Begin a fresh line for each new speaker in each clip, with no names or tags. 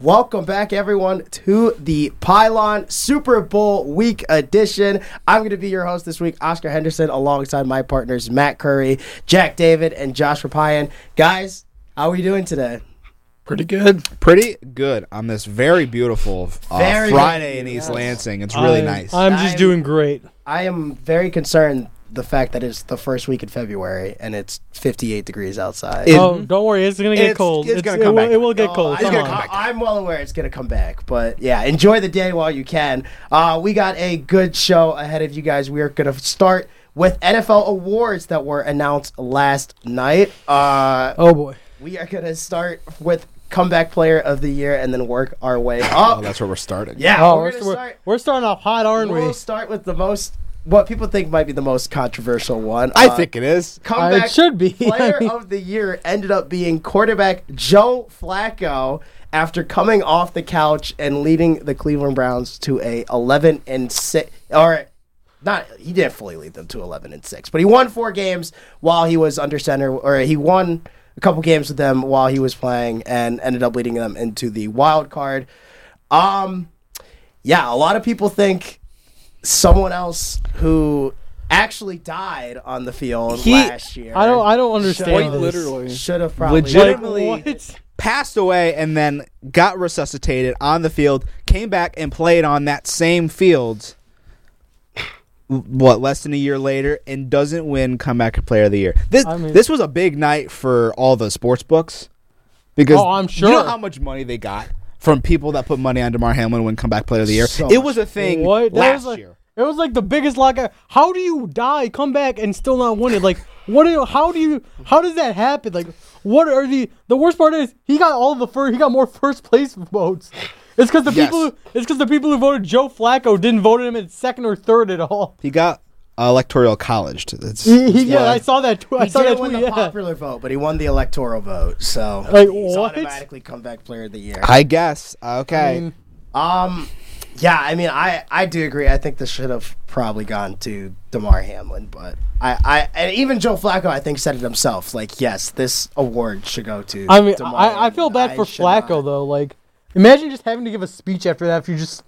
Welcome back, everyone, to the Pylon Super Bowl Week Edition. I'm going to be your host this week, Oscar Henderson, alongside my partners Matt Curry, Jack David, and Josh Rapayan. Guys, how are we doing today?
Pretty good.
pretty good on this very beautiful uh,
Very
Friday
good.
in East
Yes.
Lansing. It's really
I'm-
nice.
I'm just
I'm- Mm-hmm.
doing great.
I am very concerned the fact that it's the first week in February and it's 58 degrees outside.
It-
Oh, don't worry, it's gonna get
It's-
cold.
it's gonna
it,
come
will,
back. Oh,
it will get
No,
cold.
Oh, I-
Come
gonna
on.
come back.
I'm well aware it's going to come back, but yeah, enjoy the day while you can. Uh, we got a good show ahead of you guys. We are going to start with NFL awards that were announced last night. Uh,
Oh boy.
we are going to start with comeback player of the year and then work our way up.
oh, that's where we're starting.
yeah,
Oh,
we're
we're,
going to
we're-
start.
we're starting off hot, aren't we?
We'll start with the most what people think might be the most controversial one.
I
Uh,
think it is.
comeback
Uh, it should be.
player
I mean-
of the year ended up being quarterback Joe Flacco after coming off the couch and leading the Cleveland Browns to a 11 and 6 or not he didn't fully lead them to 11 and 6 but he won four games while he was under center or he won a couple games with them while he was playing and ended up leading them into the wild card um yeah a lot of people think someone else who actually died on the field last year
I don't. I don't understand. this.
should have probably
Like,
Legitimately-
what?
Passed away and then got resuscitated on the field. Came back and played on that same field. What less than a year later and doesn't win comeback player of the year. This
I mean-
this was a big night for all the sports books because
Oh, I'm
you know
sure.
how much money they got from people that put money on Demar Hamlin when comeback player of the year.
So
it was a thing
What? That
last
was like,
year.
It was like the biggest lockout. How do you die, come back, and still not win it? Like, what? Do you, how do you? How does that happen? Like, what are the? The worst part is he got all the first. He got more first place votes. It's because the
Yes.
people. Who, it's because the people who voted Joe Flacco didn't vote him at second or third at all.
He got electoral college. That's
He- he- yeah, I saw that. Tw- I
He
saw that
didn't
tweet.
win the
yeah.
popular vote, but he won the electoral vote, so
Like,
he's
what?
automatically comeback player of the year.
I guess. Okay.
mean,
Um, yeah, I mean, I I do agree. I think this should have probably gone to Demar Hamlin, but I I and even Joe Flacco, I think, said it himself. Like, yes, this award should go to.
I mean,
DeMar
I, I feel
Hamlin.
bad for
should
Flacco
not-
though. Like, imagine just having to give a speech after that. If you just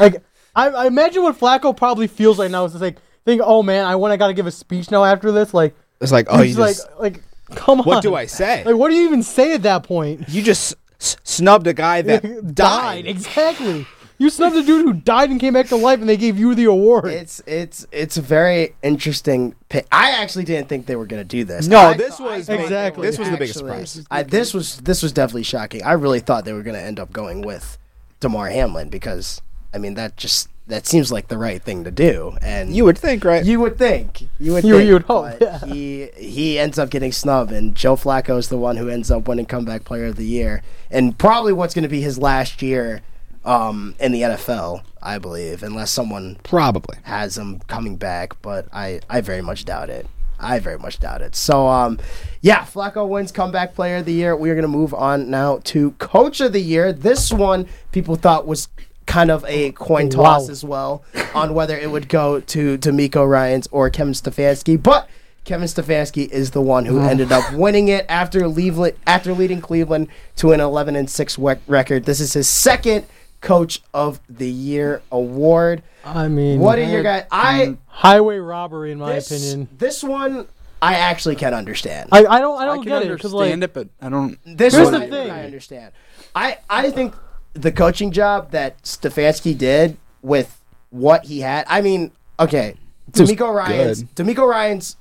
like, I, I imagine what Flacco probably feels right now is just like, think, oh man, I want, I got to give a speech now after this. Like,
it's like, oh,
he's
you
like,
just.
like, come on.
what do I say?
Like, what do you even say at that point?
you just s- snubbed a guy that died.
exactly. You snubbed a dude who died and came back to life, and they gave you the award.
It's it's it's a very interesting. Pick. I actually didn't think they were gonna do this.
No,
I
this
thought- I
was
thought they
Exactly.
would
this was the biggest
actually-
surprise.
I, this was this was definitely shocking. I really thought they were gonna end up going with Damar Hamlin because I mean that just that seems like the right thing to do. And
You would think, right?
you would think you would
You-
think,
you would hope,
but
yeah.
he he ends up getting snubbed, and Joe Flacco is the one who ends up winning comeback player of the year, and probably what's going to be his last year um, in the NFL, I believe, unless someone
Probably.
has him coming back, but I, I very much doubt it. I very much doubt it. So, um, yeah, Flacco wins comeback player of the year. We are going to move on now to coach of the year. This one people thought was kind of a coin toss
Wow.
as well on whether it would go to D'Amico Ryans or Kevin Stefanski, but Kevin Stefanski is the one who ended up winning it after leave, after leading Cleveland to an 11 and 6 wec- record. This is his second coach of the year award.
I mean,
What are your guys? I
highway robbery, in my
this,
opinion.
this one I actually can understand.
I, I don't, I don't
I
get
can
it because
understand
like,
it, but I don't.
this
here's
one
the
I,
thing.
I understand. I I think the coaching job that Stefanski did with what he had. I mean, okay, D'Amico Ryan's.
good.
D'Amico Ryan's.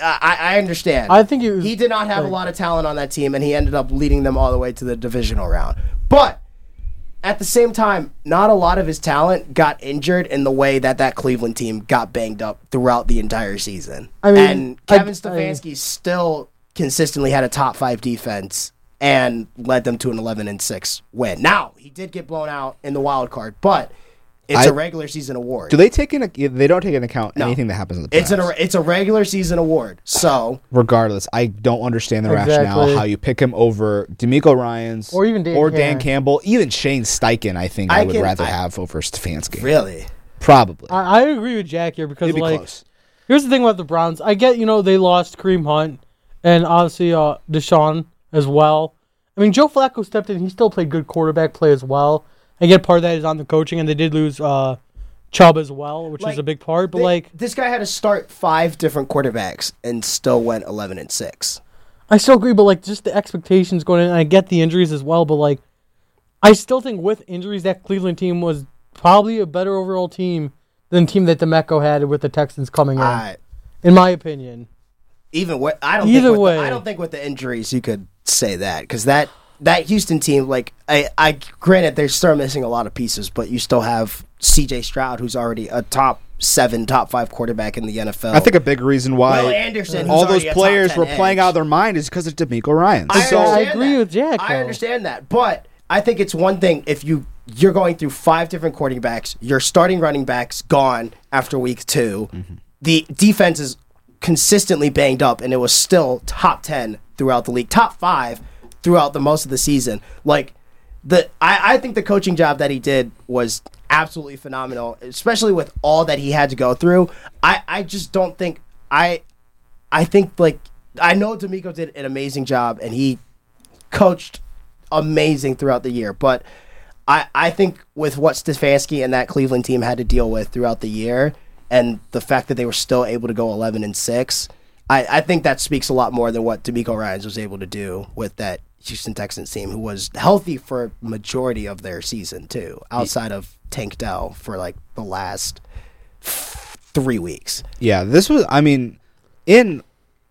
I I I understand.
I think it was-
he did not have a lot of talent on that team, and he ended up leading them all the way to the divisional round. But at the same time, not a lot of his talent got injured in the way that that Cleveland team got banged up throughout the entire season.
I mean,
and Kevin
I-
Stefanski still consistently had a top five defense and led them to an 11 and six win. Now he did get blown out in the wild card, but it's a
I-
regular season award.
Do they take in? They don't take into account anything that happens in the playoffs.
it's an it's a regular season award. So
Regardless, I don't understand the
Exactly.
rationale how you pick him over D'Amico Ryan's
Or even Dan-
or
yeah.
Dan Campbell, even Shane Steichen. I think I,
I
would
can-
rather
I-
have over Stefanski.
really,
Probably.
I, I agree with Jack here because
It'd be
like,
close.
here's the thing about the Browns. I get you know they lost Kareem Hunt and obviously uh, Deshaun as well, I mean, Joe Flacco stepped in. He still played good quarterback play as well. Again, part of that is on the coaching, and they did lose uh, Chubb as well, which
Like,
is a big part. But
Thi-
like,
this guy had to start five different quarterbacks and still went eleven and six.
I still agree. But like, just the expectations going in. And I get the injuries as well, but like, I still think with injuries, that Cleveland team was probably a better overall team than the team that Demeco had with the Texans coming in,
I
in my opinion.
even what I don't
Either
think with the-
way.
I don't think with the injuries you could say that because that that Houston team like I I granted they're still missing a lot of pieces but you still have C.J. Stroud who's already a top seven top five quarterback in the NFL.
I think a big reason why
Will Anderson, who's
all those
already a top
players
10
were playing
edge.
out of their mind is because of D'Amico Ryan.
I
so
understand
agree
that.
with Jack,
I
though.
understand that, but I think it's one thing if you you're going through five different quarterbacks, your starting running backs gone after week 2 the defense is consistently banged up, and it was still top ten throughout the league, top five throughout the most of the season. Like the I, I think the coaching job that he did was absolutely phenomenal, especially with all that he had to go through. I, I just don't think I I think like I know D'Amico did an amazing job and he coached amazing throughout the year, but I I think with what Stefanski and that Cleveland team had to deal with throughout the year and the fact that they were still able to go eleven and six, I, I think that speaks a lot more than what D'Amico Ryan's was able to do with that Houston Texans team who was healthy for majority of their season too, outside of Tank Dell for like the last three weeks.
yeah, this was. I mean, in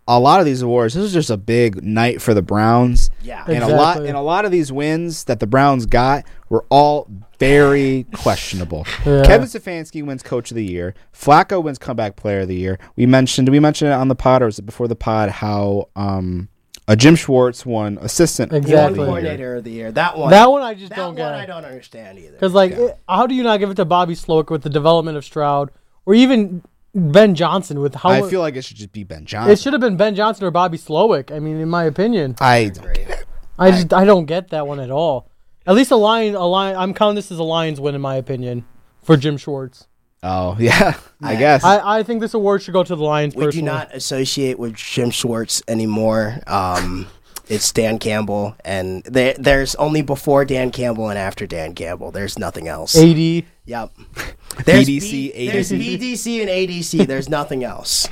a lot of these awards, this was just a big night for the Browns.
Yeah.
and a lot
Exactly.
and a lot of these wins that the Browns got were all very questionable. Kevin Stefanski wins Coach of the Year. Flacco wins Comeback Player of the Year. We mentioned. Did we mention it on the pod or was it before the pod? How um, uh, Jim Schwartz won Assistant Player of the
Exactly.
One
Year.
coordinator of the year. That one.
That one I just
That
don't
one
get.
I don't understand either.
Because like, it- how do you not give it to Bobby Sloak with the development of Stroud, or even Ben Johnson with how
I feel like it should just be Ben Johnson.
it should have been Ben Johnson or Bobby Slowick. I mean, in my opinion,
I don't get it.
I just I don't get that one at all. At least a lion, a lion. I'm counting this as a Lions win in my opinion for Jim Schwartz.
Oh yeah, I guess.
I, I think this award should go to the Lions.
we do
personally.
not associate with Jim Schwartz anymore. Um, it's Dan Campbell, and there, there's only before Dan Campbell and after Dan Campbell. There's nothing else.
AD.
Yep. There's
BDC,
There's BDC and ADC. There's nothing else.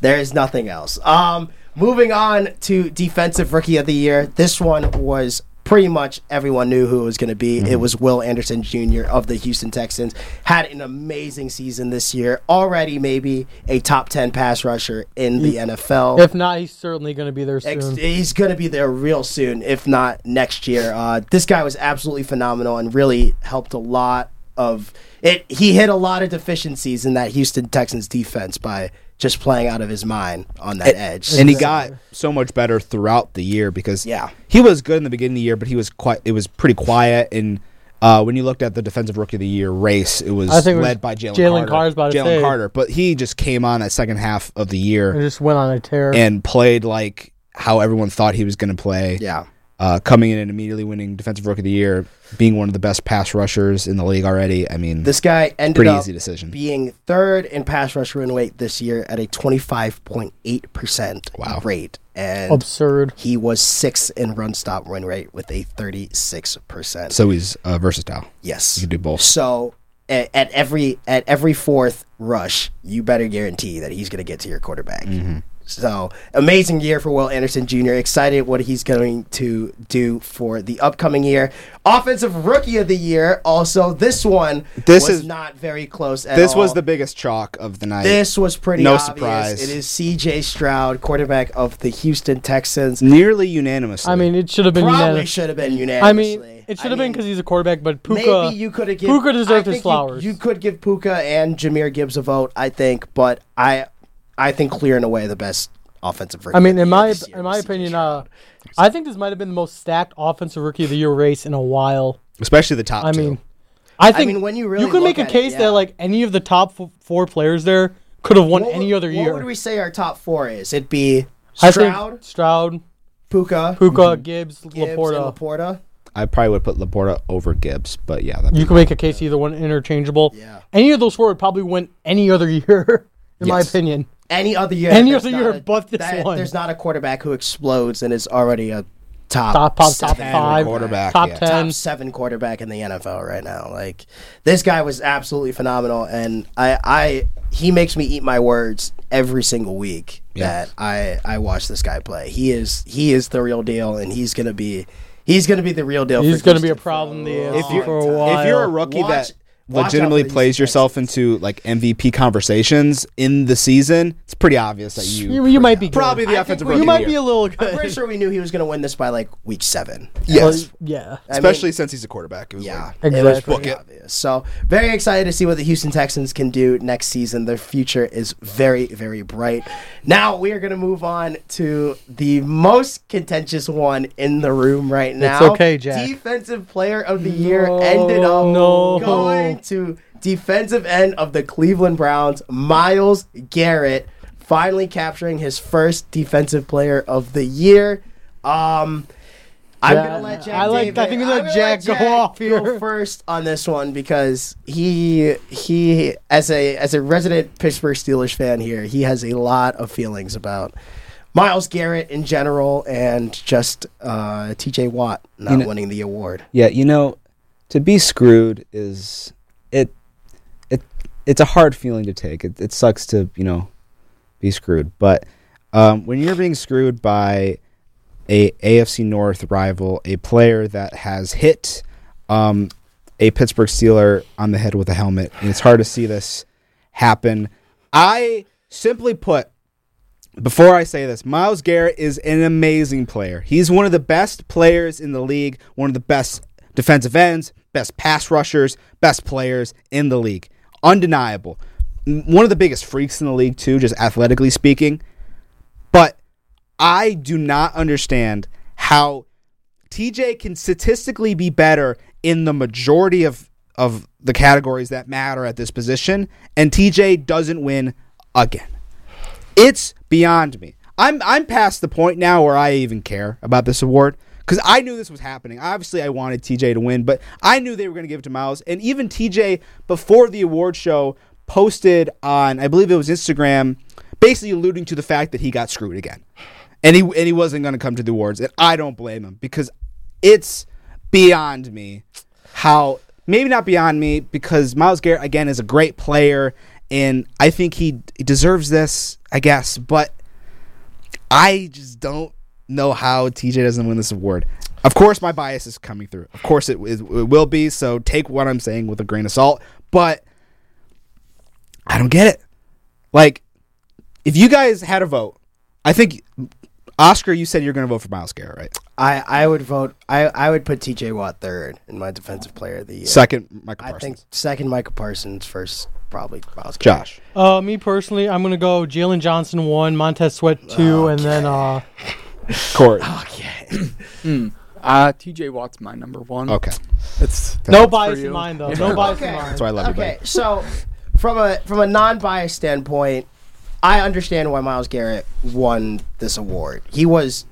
There is nothing else. Um, moving on to defensive rookie of the year. This one was pretty much everyone knew who it was going to be.
Mm-hmm.
It was Will Anderson Jr. of the Houston Texans. Had an amazing season this year. Already maybe a top ten pass rusher in the NFL.
If not, he's certainly going to be there soon.
Ex- he's going to be there real soon, if not next year. Uh, this guy was absolutely phenomenal and really helped a lot of it. He hit a lot of deficiencies in that Houston Texans defense by just playing out of his mind on that edge.
and he got so much better throughout the year because
Yeah.
he was good in the beginning of the year, but he was quite it was pretty quiet. And uh, when you looked at the defensive rookie of the year race, it was
I think it was
led by Jalen
Jalen
Carter.
Carter's about to
Jalen
say.
Carter, but he just came on that second half of the
I
year
just went on a tear.
and played like how everyone thought he was going to play.
yeah,
Uh, coming in and immediately winning defensive rookie of the year, being one of the best pass rushers in the league already. I mean,
this guy ended
pretty
up
easy decision.
being third in pass rush win rate this year at a twenty five point eight percent rate, and
Absurd.
he was sixth in run stop win rate with a thirty six percent.
so he's uh, versatile.
Yes,
You can do both.
So at, at every at every fourth rush, you better guarantee that he's going to get to your quarterback.
Mm-hmm.
So amazing year for Will Anderson Jr. Excited what he's going to do for the upcoming year. Offensive Rookie of the Year. Also, this one
This
was
is-
not very close at
This
all.
was the biggest chalk of the night.
this was pretty
No
obvious.
surprise.
It is C.J. Stroud, quarterback of the Houston Texans.
nearly unanimously.
I mean, it should have been
Probably
unanimous.
should have been unanimously.
I mean, it should have been
mean,
because he's a quarterback, but Puka.
Maybe you could have given
Puka deserved his flowers.
You, could give Puka and Jameer Gibbs a vote, I think, but I, I think clear and away the best offensive rookie.
I mean,
of the
in
year
my
this year
in
was
my
C.J.
opinion,
Stroud.
uh, I think this might have been the most stacked offensive rookie of the year race in a while.
especially the top
I
two.
mean, I think
mean, when you really
you could
look
make a
at it,
case
yeah.
that like any of the top f- four players there could have won
What
any
would-
other year.
What would we say our top four is? It'd be
I
Stroud,
think Stroud,
Puka,
Puka, Gibbs,
Gibbs,
Laporta.
and Laporta.
I probably would put Laporta over Gibbs, but yeah, that'd
you
be,
could make a case either one interchangeable.
Yeah.
Any of those four would probably win any other year, in my
Yes.
opinion.
Any other year,
Any
there's
other
not
year
a-
but this
that-
one.
There's not a quarterback who explodes and is already a top
Top- top- top
seven
five.
quarterback.
Top
yeah.
ten.
top seven quarterback in the NFL right now. Like this guy was absolutely phenomenal, and I, I he makes me eat my words every single week
Yeah.
that I I watch this guy play. He is he is the real deal, and he's gonna be he's gonna be the real deal.
He's
for
going to be a
Houston for
problem the
long
AFC
If you're-
for a
time.
while.
If you're a rookie
Watch-
that
watch
legitimately
out for
plays
these
yourself into like MVP conversations in the season, it's pretty obvious that you
you, you might be good.
probably the
I
offensive
think we-
rookie.
You
of
might
the
be
year.
a little
I'm
good.
pretty sure we knew he was gonna win this by like week seven.
yes,
Well, yeah.
I mean-
especially since he's a quarterback. It was
Yeah,
like-
it was
Exactly.
pretty obvious. So very excited to see what the Houston Texans can do next season. Their future is very, very bright. Now we are going to move on to the most contentious one in the room right now.
okay, Jack.
Defensive Player of the Year
No,
ended up
no.
going to defensive end of the Cleveland Browns, Miles Garrett, finally capturing his first Defensive Player of the Year. Um, I'm
Yeah,
gonna let Jack.
I like- I
David-
think we let
I'm gonna
Jack go off here.
first on this one because he he as a as a resident Pittsburgh Steelers fan here, he has a lot of feelings about Miles Garrett in general and just uh, T.J. Watt not winning the award.
Yeah, you know, to be screwed is it it it's a hard feeling to take. It it sucks to, you know, be screwed. But um, when you're being screwed by a AFC North rival, a player that has hit um, a Pittsburgh Steeler on the head with a helmet, and it's hard to see this happen. I simply put, before I say this, Miles Garrett is an amazing player. He's one of the best players in the league, one of the best defensive ends, best pass rushers, best players in the league. Undeniable. M- One of the biggest freaks in the league, too, just athletically speaking. But I do not understand how TJ can statistically be better in the majority of of the categories that matter at this position, and TJ doesn't win again. It's beyond me. I'm I'm past the point now where I even care about this award because I knew this was happening. Obviously, I wanted TJ to win, but I knew they were going to give it to Miles. And even TJ before the award show posted on I believe it was Instagram, basically alluding to the fact that he got screwed again, and he and he wasn't going to come to the awards. And I don't blame him because it's beyond me how maybe not beyond me because Miles Garrett again is a great player and I think he he deserves this, I guess, but I just don't know how TJ doesn't win this award. Of course, my bias is coming through. Of course, it, it, it will be. So take what I'm saying with a grain of salt. But I don't get it. Like, if you guys had a vote, I think Oscar, you said you're going to vote for Miles Garrett, right?
I, I would vote. I, I would put T.J. Watt third in my Defensive Player of the Year.
Second, Michael
I
Parsons.
think second Michael Parsons, first probably Miles Garrett.
Josh.
Uh, me personally, I'm gonna go Jalen Johnson one, Montez Sweat
Oh,
two, and then uh,
Corey.
Uh, TJ Watt's my number one.
Okay.
It's
no
That's
bias
you.
in mine though. No bias in
Okay.
mine.
That's why I love you,
okay,
buddy.
so from a from a non-biased standpoint, I understand why Miles Garrett won this award. He was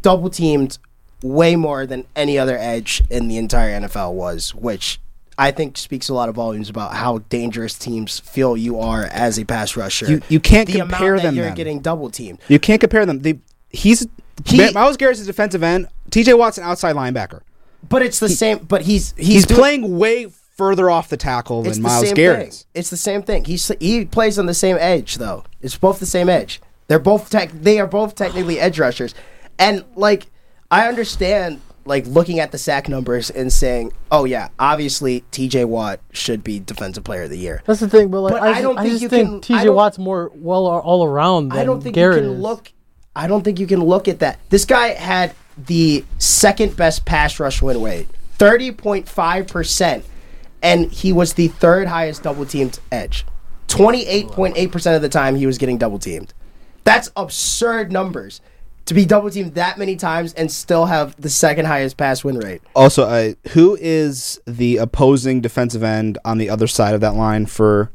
double teamed way more than any other edge in the entire NFL was, which I think speaks a lot of volumes about how dangerous teams feel you are as a pass rusher.
You- you can't
the
compare
amount that
them
You're
then.
getting double teamed.
You can't compare them. They, he's
He-
Ma- Miles Garrett's a defensive end. TJ Watt's an outside linebacker.
But it's the same. But he's he's,
He's
doing-
playing way further off the tackle
It's
than
the
Miles
same
Garrett.
thing.
is.
It's the same thing. He's he plays on the same edge though. It's both the same edge. They're both tech. They are both technically edge rushers, and like I understand like looking at the sack numbers and saying, oh yeah, obviously T.J. Watt should be Defensive Player of the Year.
That's the thing, but like
But
I,
I
just-
don't
I
think
just
you
think
can- I
T.J.
don't-
Watt's more well all around. Than
I don't think
Garrett
you can
is.
look. I don't think you can look at that. This guy had the second best pass rush win rate, thirty point five percent, and he was the third highest double teamed edge. Twenty eight point eight percent of the time he was getting double teamed. That's absurd numbers to be double teamed that many times and still have the second highest pass win rate.
Also, uh, who is the opposing defensive end on the other side of that line for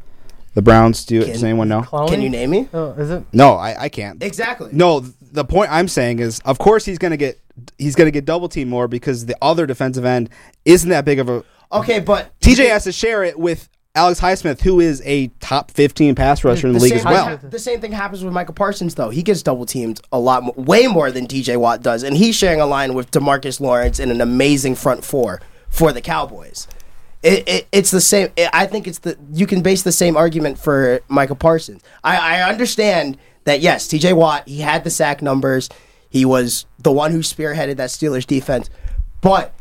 the Browns? Do does anyone know?
Clowney?
Can you name me?
Oh, is it?
No, I, I can't.
Exactly.
No, th- the point I'm saying is, of course, he's gonna get he's gonna get double teamed more because the other defensive end isn't that big of a
Okay, but
TJ has to share it with Alex Highsmith, who is a top 15 pass rusher in the,
The
league
same,
as well.
the same thing happens with Michael Parsons, though. He gets double teamed a lot, mo- way more than DJ Watt does, and he's sharing a line with Demarcus Lawrence and an amazing front four for the Cowboys. It, it, it's the same. i I think it's the you can base the same argument for Michael Parsons. I, I understand that yes, TJ Watt he had the sack numbers, he was the one who spearheaded that Steelers defense, but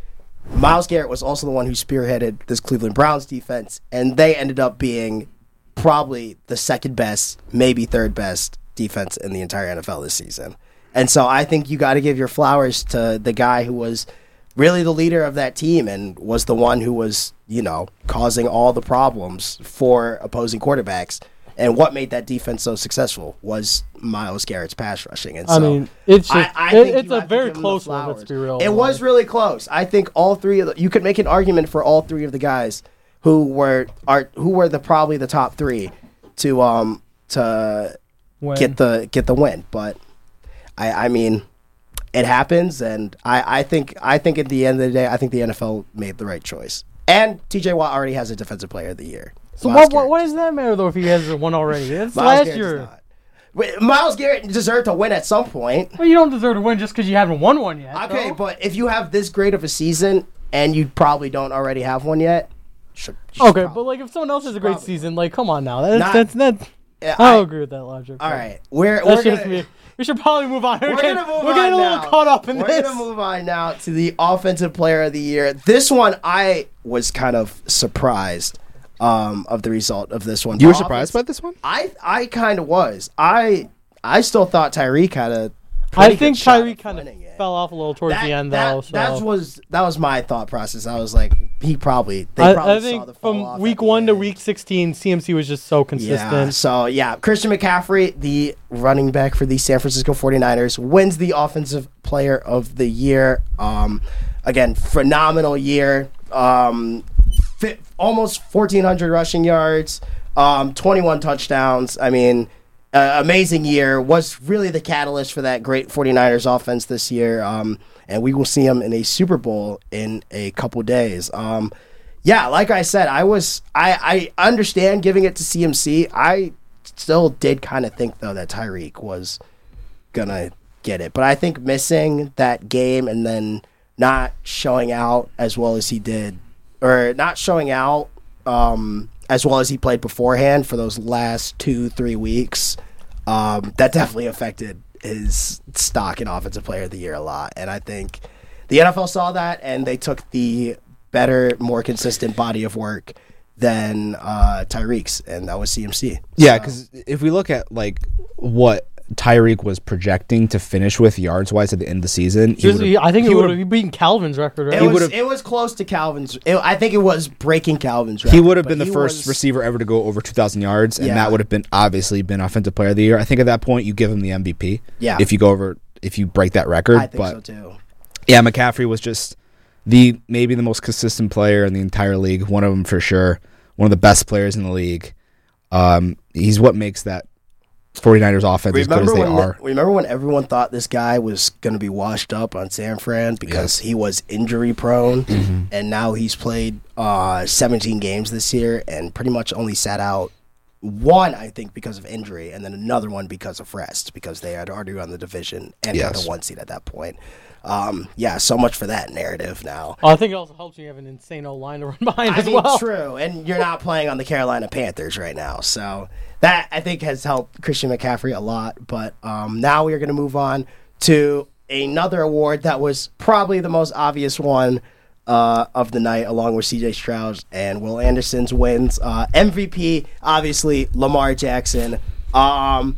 Miles Garrett was also the one who spearheaded this Cleveland Browns defense, and they ended up being probably the second best, maybe third best defense in the entire NFL this season. And so I think you got to give your flowers to the guy who was really the leader of that team and was the one who was, you know, causing all the problems for opposing quarterbacks. And what made that defense so successful was Miles Garrett's pass rushing. And so
I mean, it's
I-
just-
I
it-
think you
it's a
have to
very
give him the
close one, let's
flowers.
be real.
It was
Like-
really close. I think all three of the, you could make an argument for all three of the guys who were are who were the probably the top three to um to
When-
get the get the win. But I I mean it happens, and I I think I think at the end of the day, I think the NFL made the right choice. And T.J. Watt already has a Defensive Player of the Year.
So
Miles
what, what,
Garrett.
what does that matter though if he has one already? It's
Miles Garrett
last
does
year.
not. Wait, Miles Garrett deserved to win at some point.
Well, you don't deserve to win just because you haven't won one yet.
Okay,
though.
but if you have this great of a season and you probably don't already have one yet, should, you should
okay,
probably-
but like if someone else has a great
Probably.
season, like come on now, that's
Not-
that's that.
Yeah,
I,
I-
don't agree with that logic.
all right, we're
that's
we're
just
gonna,
me. We should probably move on. We're,
we're
getting,
gonna move
we're getting
on
a little
now.
caught up in
we're
this.
gonna move on now to the offensive player of the year. This one, I was kind of surprised um, of the result of this one.
You were
The
surprised by
offense-
this one?
I I kind of was. I I still thought Tyreek had a. pretty
I
good
think
shot
Tyreek kind of
winning it.
fell off a little towards the end though. So
That was that was my thought process. I was like, he probably. They probably
I, I
saw the
think
fall off
from
at
week
the
one to
end.
week sixteen, CMC was just so
Yeah.
consistent.
So, yeah, Christian McCaffrey, the running back for the San Francisco 49ers, wins the offensive player of the year. Um, again, phenomenal year. Um, fi almost 1,400 rushing yards, um, 21 touchdowns. I mean, uh, amazing year. Was really the catalyst for that great 49ers offense this year. Um, and we will see him in a Super Bowl in a couple days. Um, yeah, like I said, I was I I understand giving it to CMC. I still did kind of think though that Tyreek was gonna get it, but I think missing that game and then not showing out as well as he did, or not showing out um, as well as he played beforehand for those last two three weeks, um, that definitely affected his stock in offensive player of the year a lot, and I think the NFL saw that and they took the better, more consistent body of work than uh, Tyreek's, and that was CMC.
Yeah, because if we look at like what Tyreek was projecting to finish with yards wise at the end of the season, he
Just-
would've-
he- I think he
he
would
would
have beaten Calvin's record. Right?
It was,
would've-
it was close to Calvin's. It, I think it was breaking Calvin's record.
he would have
but
been the
he
first
was-
receiver ever to go over 2,000 yards, and
Yeah.
that would have been obviously been offensive player of the year. I think at that point you give him the MVP.
Yeah.
if you go over, if you break that record,
I think
but
so too.
yeah, McCaffrey was just the maybe the most consistent player in the entire league. One of them for sure. One of the best players in the league. Um, he's what makes that 49ers offense as good as
Remember
they
when,
are.
remember when everyone thought this guy was going to be washed up on San Fran because he was injury prone,
Mm-hmm.
and now he's played uh, 17 games this year and pretty much only sat out one, I think, because of injury, and then another one because of rest because they had already run the division and had
Yes.
the one seed at that point. Um, yeah, so much for that narrative now.
oh, I think it also helps you have an insane O line to run behind
I
as
mean,
well.
true, and you're not playing on the Carolina Panthers right now, so that I think has helped Christian McCaffrey a lot. But um, now we are going to move on to another award that was probably the most obvious one uh, of the night, along with C.J. Stroud and Will Anderson's wins. Uh, MVP, obviously, Lamar Jackson. Um,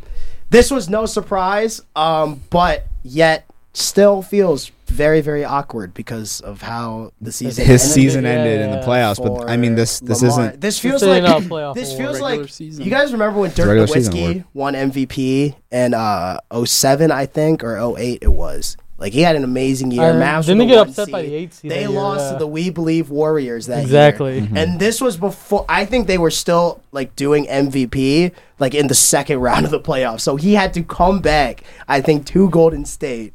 this was no surprise, um, but yet still feels very, very awkward because of how the season
His
ended
season ended in the
Yeah.
playoffs, but I mean
for
this this
Lamar.
isn't
This feels
This
like
ain't a playoff
this
award.
feels
Regular
like
season.
you guys remember when Dirk
regular season award.
Nowitzki won MVP in uh 07, I think, or 08 it was. Like he had an amazing year.
I-
Mavs
didn't
were
he
the
get
one
upset by the eight seed
They
that year,
lost
yeah.
to the We Believe Warriors that year.
Exactly.
Mm-hmm.
Mhm.
And this was before I think they were still like doing MVP like in the second round of the playoffs. So he had to come back, I think, to Golden State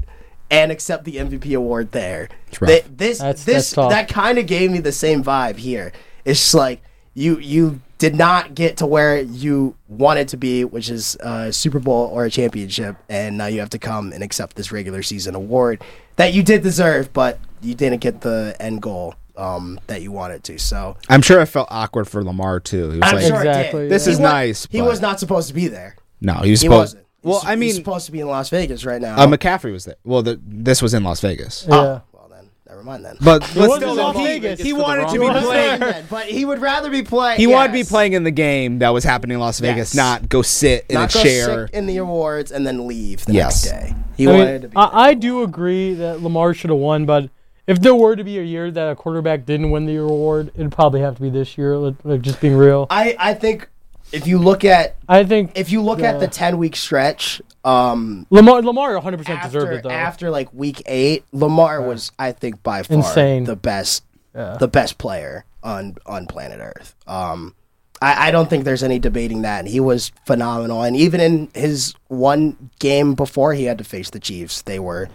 and accept the MVP award there.
rough.
Th- this
That's-
this
that's tough.
that kind of gave me the same vibe here. It's just like you you did not get to where you wanted to be, which is a Super Bowl or a championship, and now you have to come and accept this regular season award that you did deserve, but you didn't get the end goal um, that you wanted to. So
I'm sure it felt awkward for Lamar too. He was
I'm
like,
sure it did.
Exactly,
This
He
is
wa-
nice,
He
but-
was not supposed to be there.
no, he was
He
supposed.
wasn't.
Well,
He's-
I
he's
mean,
supposed to be in Las Vegas right now.
uh, McCaffrey was there. Well, the, this was in Las Vegas,
Yeah.
well, then, never mind then.
but but
wasn't
still,
in Las
he,
Vegas
he
for the
wanted to
wrong
be
reason.
playing.
but he would rather be playing.
He wanted to be playing in the game that was happening in Las Vegas,
Yes.
not go sit in
not
a
go
chair.
sick in the awards and then leave the
Yes.
next day. He
I, mean,
wanted to be.
I, I do agree that Lamar should have won, but if there were to be a year that a quarterback didn't win the award, it'd probably have to be this year. Like, like, just being real,
I, I think if you look at
I think
if you look at the ten week stretch, um,
Lamar Lamar 100 percent deserved
after
it though.
after like week eight, Lamar was I think by far
Insane.
the best the best player on on planet Earth. Um, I, I don't think there's any debating that. And he was phenomenal, and even in his one game before he had to face the Chiefs, they were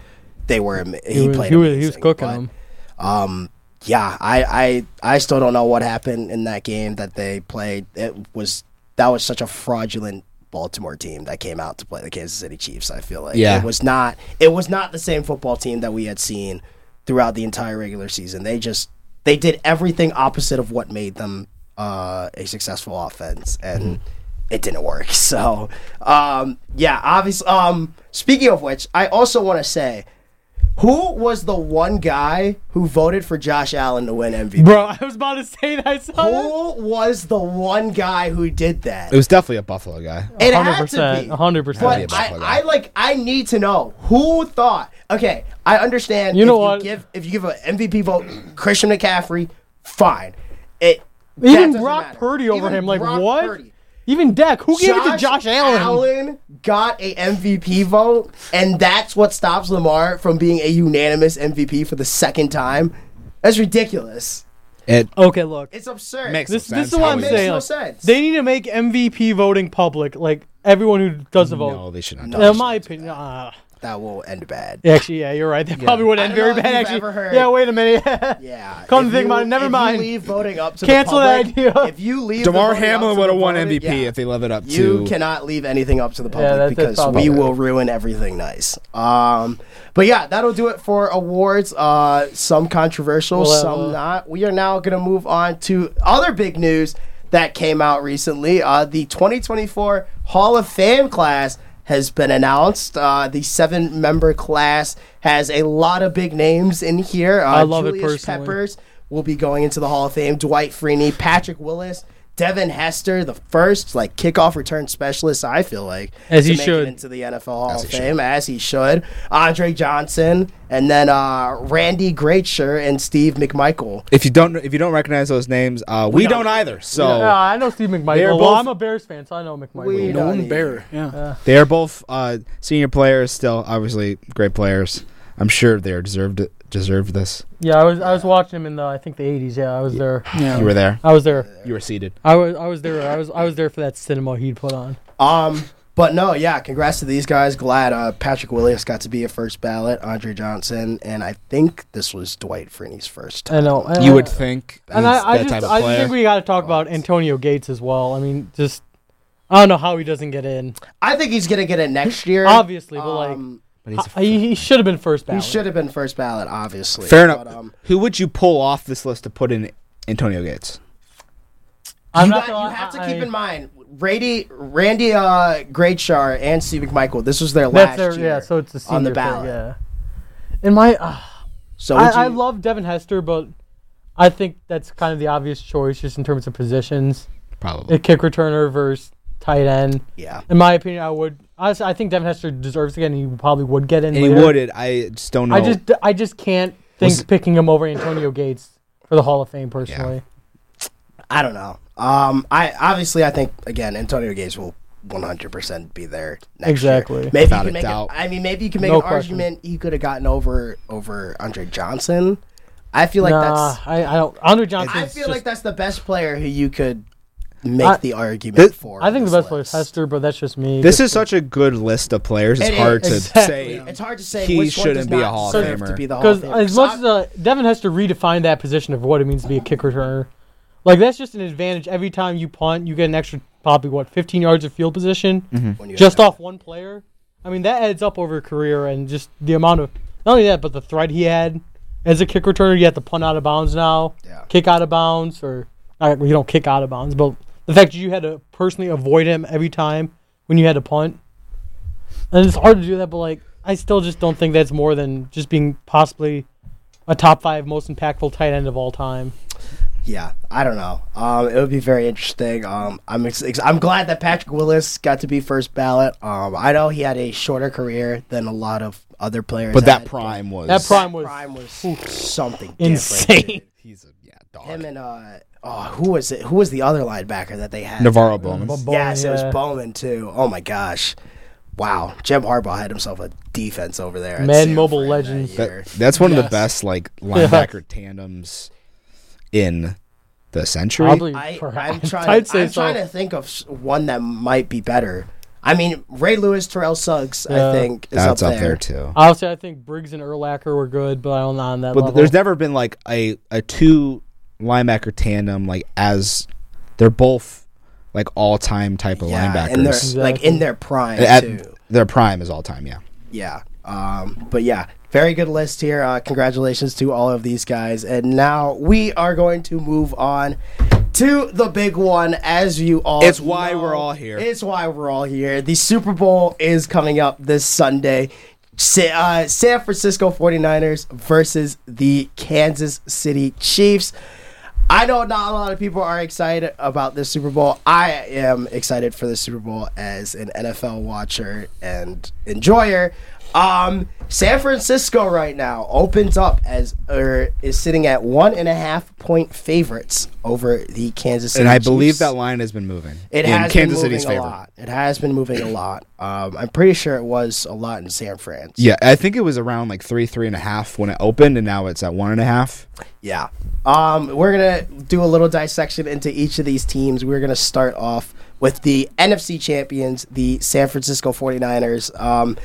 they were am- he,
he, was,
played
he, was, he was
amazing,
cooking
but-
them.
um, yeah, I, I I still don't know what happened in that game that they played. It was that was such a fraudulent Baltimore team that came out to play the Kansas City Chiefs. I feel like
Yeah.
it was not it was not the same football team that we had seen throughout the entire regular season. They just they did everything opposite of what made them uh, a successful offense, and it didn't work. So um, yeah, obviously. Um, speaking of which, I also want to say. Who was the one guy who voted for Josh Allen to win MVP?
Bro, I was about to say that. I saw that.
Who was the one guy who did that?
It was definitely a Buffalo guy.
It had to
100%,
be.
100%.
But I, I like. I need to know who thought. Okay, I understand.
You know
if
what?
You give, if you give an MVP vote, Christian McCaffrey, fine. It that
Even
doesn't
Brock
matter.
Purdy over
Even
him. Like
Brock
what?
Purdy.
Even Dak. Who gave it to Josh Allen?
Allen got a MVP vote, and that's what stops Lamar from being a unanimous MVP for the second time. That's ridiculous.
It
Okay, look.
It's absurd.
makes
This,
no sense.
this is what
How
I'm
is-
Makes
saying.
no
like,
sense.
They need to make MVP voting public. Like everyone who does the vote.
No, they should not.
No.
do
In my opinion, uh,
That will end bad.
actually, yeah, you're right. That probably would end
I don't
very
know if
bad.
you've
Actually,
ever heard-
yeah. Wait a minute.
Yeah.
Come to
If
think about it, never
if
mind.
You leave voting up to
Cancel
the
that
public.
idea.
If you leave, the
that. Damar
voting up
Hamlin
to
would
the
have won
public-
MVP
yeah.
if they live it up
You
to.
cannot leave anything up to the public
that- that's
because
probably-
we will ruin everything nice. Um, but yeah, that'll do it for awards. Uh, some controversial,
Well, uh,
some not. We are now going to move on to other big news that came out recently. Uh, the 2024 Hall of Fame class has been announced. Uh, the seven member class has a lot of big names in here. Uh,
I love it
Julius
personally.
Peppers will be going into the Hall of Fame. Dwight Freeney, Patrick Willis, Devin Hester, the first like kickoff return specialist. I feel like
As
to
he
make
should.
it into the NFL Hall of Fame as he should. Andre Johnson and then uh, Randy Greatshirt and Steve McMichael.
If you don't, if you don't recognize those names, uh, we, don't,
don't.
either. So
Yeah, I know Steve McMichael.
They're
Well,
both-
I'm a Bears fan, so I know McMichael.
We don't
Lone
need-
Bear. Yeah.
they are both uh, senior players. Still, obviously, great players. I'm sure they are deserved deserved this.
Yeah, I was I was watching him in the I think the 80s. Yeah, I was there.
yeah.
You were there.
I was there.
You were seated.
I was I was there. I was I was there for that cinema he'd put on.
Um, but no, yeah, congrats to these guys. Glad uh, Patrick Willis got to be a first ballot. Andre Johnson and I think this was Dwight Freeney's first.
I know. and
You
I-
would think
And
he's
I, I
that
just
type of
I just
player.
think we got to
Oh,
talk about Antonio Gates as well. I mean, just I don't know how he doesn't get in.
I think he's gonna get it next year.
Obviously, but like
Um,
But he's a-
he, he should have been first
he
ballot.
should have been first ballot, obviously.
fair enough.
But, um,
Who would you pull off this list to put in Antonio Gates?
I'm
you,
not
got-
gonna
you
lie,
have to
I-
keep in mind, Randy, Randy, uh, Greatshar and Steve McMichael. This was their
That's
last
their
year.
yeah. So it's a senior
on the
thing,
ballot.
yeah. In my, uh,
So would
I, I
you-
love Devin Hester, but I think that's kind of the obvious choice just in terms of positions.
Probably.
A kick returner versus tight end.
yeah.
In my opinion, I would. Honestly, I think Devin Hester deserves to get in. He probably would get in.
and he
later.
would it. I just don't know.
I just I just can't think
Was-
picking him over Antonio Gates for the Hall of Fame personally.
I don't know. Um, I obviously I think again Antonio Gates will 100% be there next
Exactly.
year. Maybe
Without
you
a
can make
doubt.
An, I mean, maybe you can make
No
an
question.
argument he could have gotten over over Andre Johnson. I feel like
nah,
that's.
I, I don't. Andre Johnson.
I feel like that's the best player who you could make
I-
the argument
This-
for.
I think the
this
best player
list.
is Hester, but that's just me.
this
Just-
is such a good list of players. It's
It
hard
is.
to
Exactly.
say.
It's hard to say
He
which one
shouldn't
does
be a
not
Hall of
deserve
Famer.
to be the Hall of
because
Famer.
as much
I-
as uh, Devin Hester redefined that position of what it means to be a kick returner, Like that's just an advantage. Every time you punt, you get an extra probably what 15 yards of field position
When you
just off one player. I mean that adds up over a career, and just the amount of not only that, but the threat he had as a kick returner. You have to punt out of bounds now,
Yeah.
kick out of bounds, or all right, you don't kick out of bounds, but the fact that you had to personally avoid him every time when you had to punt, and it's hard to do that. But like, I still just don't think that's more than just being possibly a top five most impactful tight end of all time.
Yeah, I don't know. Um, it would be very interesting. Um, I'm ex- ex- I'm glad that Patrick Willis got to be first ballot. Um, I know he had a shorter career than a lot of other players,
But that
had,
prime was
That prime was
prime was something
insane.
Different.
He's a yeah dog.
Him and uh, oh, who was it? Who was the other linebacker that they had?
Navarro Bowman.
Yes, it
yeah.
was Bowman too. Oh my gosh, wow! Jim Harbaugh had himself a defense over there. at
Man,
San
mobile
Fran that
legends.
year.
That- that's one of the
Yes.
best like linebacker tandems in the century.
Probably,
I, I'm
perhaps.
trying.
I'd say
I'm
so.
trying to think of s- one that might be better. I mean, Ray Lewis, Terrell Suggs, I
Yeah.
think is
That's
up, there.
too.
Obviously, I think Briggs and Erlacher were good, but I don't know on that
But
level.
there's never been like a a two linebacker tandem like as they're both like all time type of
Yeah,
linebackers.
and they're like
Exactly.
in their prime
At
too.
their prime is all time. Yeah.
Yeah. Um, but yeah, very good list here. Uh, congratulations to all of these guys. And now we are going to move on to the big one. As you all,
It's why we're all here.
It's why we're all here. The Super Bowl is coming up this Sunday. Sa- uh, San Francisco 49ers versus the Kansas City Chiefs. I know not a lot of people are excited about this Super Bowl. I am excited for the Super Bowl as an NFL watcher and enjoyer. Um, San Francisco right now opens up as or is sitting at one and a half point favorites over the Kansas City.
And I
Chiefs.
believe that line has been moving
It
in
has
Kansas
been moving
City's
a
favor.
lot. It has been moving a lot. Um, I'm pretty sure it was a lot in San Fran.
Yeah, I think it was around like three, three and a half when it opened, and now it's at one and a half.
Yeah. Um, we're going to do a little dissection into each of these teams. We're going to start off with the NFC champions, the San Francisco 49ers. Um,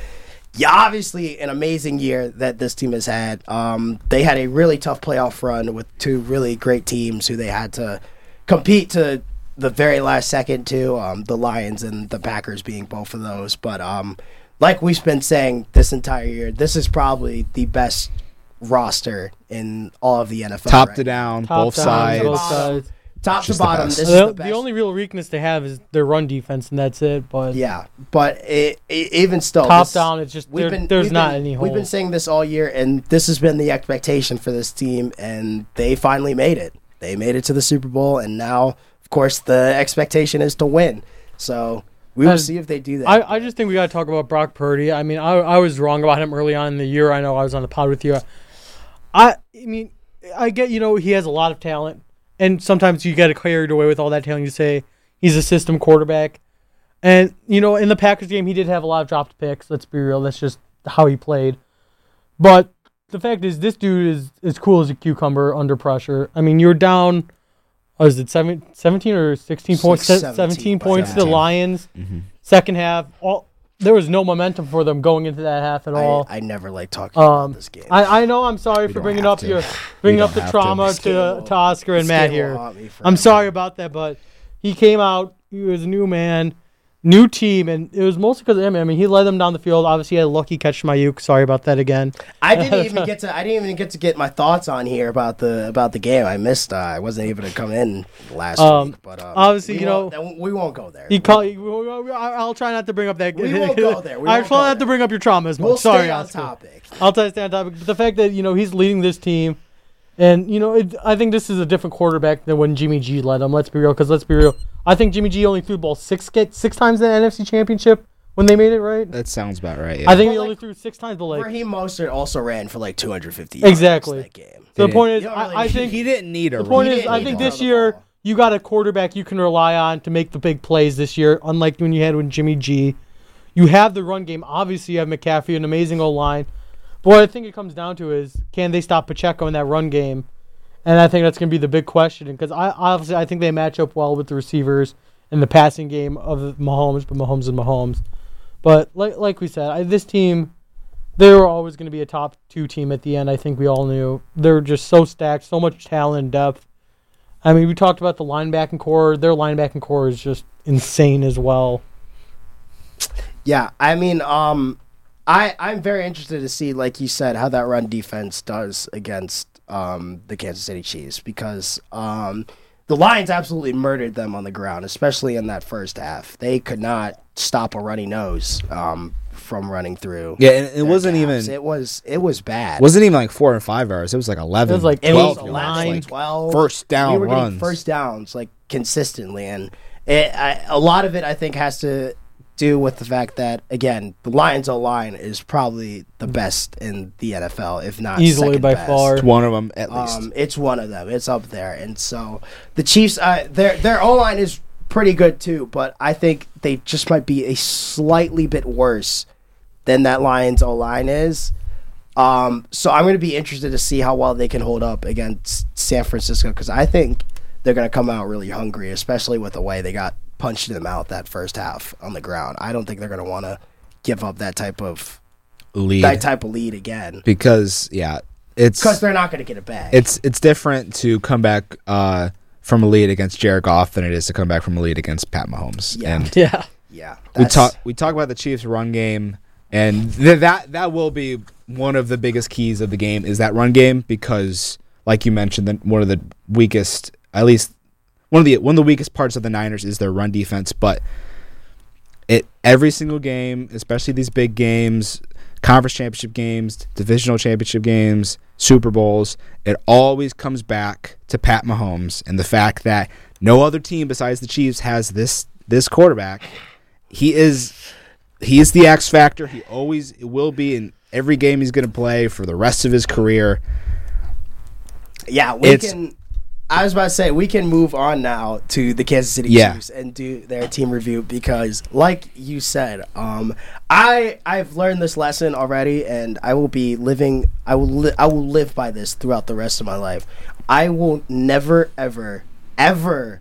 yeah, obviously, an amazing year that this team has had. Um, they had a really tough playoff run with two really great teams who they had to compete to the very last second to um, the Lions and the Packers being both of those. But um, like we've been saying this entire year, this is probably the best roster in all of the NFL.
Top
right
to
now.
down,
Top
both
down,
sides.
both
Bottom.
sides.
top to
Just the
bottom.
best.
This is
the,
the best.
the only real weakness they have is their run defense, and that's it. But
yeah, but it, it, even still,
top
this-
down, it's just
We've
there-
been,
there's
we've
not
been-
any hole.
We've been saying this all year, and this has been the expectation for this team, and they finally made it. They made it to the Super Bowl, and now, of course, the expectation is to win. So we will
And
see if they do that.
I, I just think we got to talk about Brock Purdy. I mean, I, I was wrong about him early on in the year. I know I was on the pod with you. I I mean, I get you know he has a lot of talent, and sometimes you get carried away with all that talent. You say he's a system quarterback, and you know in the Packers game he did have a lot of dropped picks. Let's be real. That's just how he played. But the fact is, this dude is as cool as a cucumber under pressure. I mean, you're down. Oh, is it seven, 17 or 16
like
points? Se-
17,
17 points to the
17.
Lions. Second half, all there was no momentum for them going into that half at all.
I, I never like talking about
Um,
this game.
I, I know I'm sorry for
don't
bringing
have
up
to.
your
We
bringing
don't
up the
have to.
trauma
This
to, to,
will-
Oscar and
this
Matt
game will
here.
haunt me forever.
I'm sorry about that, but he came out. He was a new man, new team, and it was mostly because of him. I mean, he led them down the field. Obviously, he had a lucky catch to Mayuk. Sorry about that again.
I didn't even get to. I didn't even get to get my thoughts on here about the about the game. I missed. Uh, I wasn't able to come in last
Um,
week. But um,
obviously,
we
you
won't-
know-
then we won't go there.
He called. I'll try not to bring up that.
We won't go there. We
I'll
won't
try
go
not to
there.
bring up your trauma as much.
we'll
sorry,
stay on
Oscar.
topic.
I'll tell you stay on topic. But the fact that you know he's leading this team, and you know it, I think this is a different quarterback than when Jimmy G led him. Let's be real, because let's be real. I think Jimmy G only threw the ball six get six times in the NFC Championship when they made it right.
That sounds about right. Yeah.
I think he
Well,
only
like-
threw six times, but like
Raheem Mostert also ran for like 250 yards
exactly.
that game.
So the
He
point is,
didn't.
I, I
He
think
he didn't need a.
The point
He
is,
didn't
I
need
think
to
this
throw the
year
ball.
you got a quarterback you can rely on to make the big plays this year, unlike when you had with Jimmy G. You have the run game. Obviously, you have McCaffrey, an amazing O line. But what I think it comes down to is can they stop Pacheco in that run game? And I think that's going to be the big question because I obviously I think they match up well with the receivers in the passing game of Mahomes, but Mahomes and Mahomes. But like like we said, I, this team they were always going to be a top two team at the end. I think we all knew they're just so stacked, so much talent and depth. I mean, we talked about the linebacking core. Their linebacking core is just insane as well.
Yeah, I mean, um, I I'm very interested to see, like you said, how that run defense does against um the Kansas City Chiefs because um the Lions absolutely murdered them on the ground, especially in that first half. They could not stop a runny nose um from running through.
Yeah, and it wasn't
halves.
even
It was it was bad.
wasn't even like four and five yards. It was like eleven.
It was like
it
12
was
twelve
yards,
11,
yards. Like
12.
first down
we were
runs.
getting first downs like consistently and it, I, a lot of it i think has to do with the fact that again the lions o line is probably the best in the nfl if not
Easily
second
by
best.
far.
one of them at least.
um, it's one of them it's up there and so the chiefs uh, their their o line is pretty good too but i think they just might be a slightly bit worse than that lions o line is um, so I'm going to be interested to see how well they can hold up against San Francisco because I think they're going to come out really hungry, especially with the way they got punched in the mouth that first half on the ground. I don't think they're going to want to give up that type of
lead
that type of lead again
because yeah, it's
because they're not going to get it back.
it's it's different to come back uh, from a lead against Jared Goff than it is to come back from a lead against Pat Mahomes.
Yeah.
And
Yeah.
yeah,
we
that's-
talk we talk about the Chiefs' run game, and th- that that will be one of the biggest keys of the game is that run game because, like you mentioned, the, one of the weakest, at least one of the one of the weakest parts of the Niners is their run defense. But it every single game, especially these big games, conference championship games, divisional championship games, Super Bowls, it always comes back to Pat Mahomes and the fact that no other team besides the Chiefs has this this quarterback. He is he is the X factor. He always will be in every game he's going to play for the rest of his career.
Yeah, we
It's-
can. I was about to say we can move on now to the Kansas City
Yeah.
Chiefs and do their team review because, like you said, um, I I've learned this lesson already, and I will be living. I will li- I will live by this throughout the rest of my life. I will never ever ever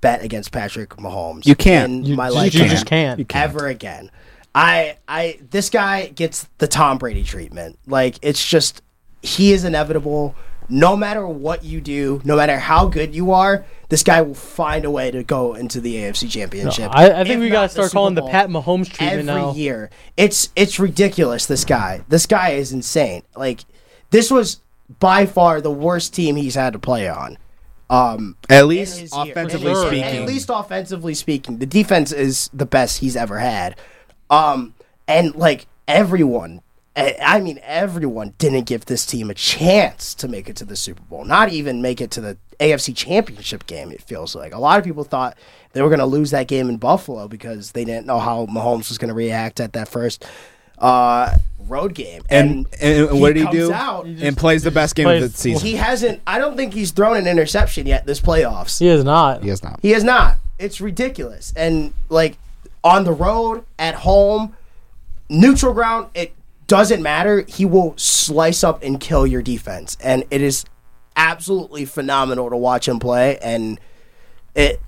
bet against Patrick Mahomes.
You can't.
in
You
my
just-
life
you just can't. You
ever again. I I this guy gets the Tom Brady treatment. Like it's just he is inevitable. No matter what you do, no matter how good you are, this guy will find a way to go into the AFC Championship.
I, I think
if
we
not
gotta
the
start
Super
calling the
Bowl
Pat Mahomes treatment
every
now.
year. It's it's ridiculous. This guy, this guy is insane. Like this was by far the worst team he's had to play on. Um,
At
in
least
his year.
offensively
For sure.
speaking,
At least offensively speaking, the defense is the best he's ever had. Um, and like everyone, I I mean everyone, didn't give this team a chance to make it to the Super Bowl. Not even make it to the AFC Championship game. It feels like a lot of people thought they were going to lose that game in Buffalo because they didn't know how Mahomes was going to react at that first uh, road game.
and, and, what did he
comes
do?
out- He
and plays the best game
plays-
of the season.
He hasn't. I don't think he's thrown an interception yet this playoffs.
He is not.
He has not.
He is not. It's ridiculous. And like on the road, at home, neutral ground, it doesn't matter. He will slice up and kill your defense. And it is absolutely phenomenal to watch him play and it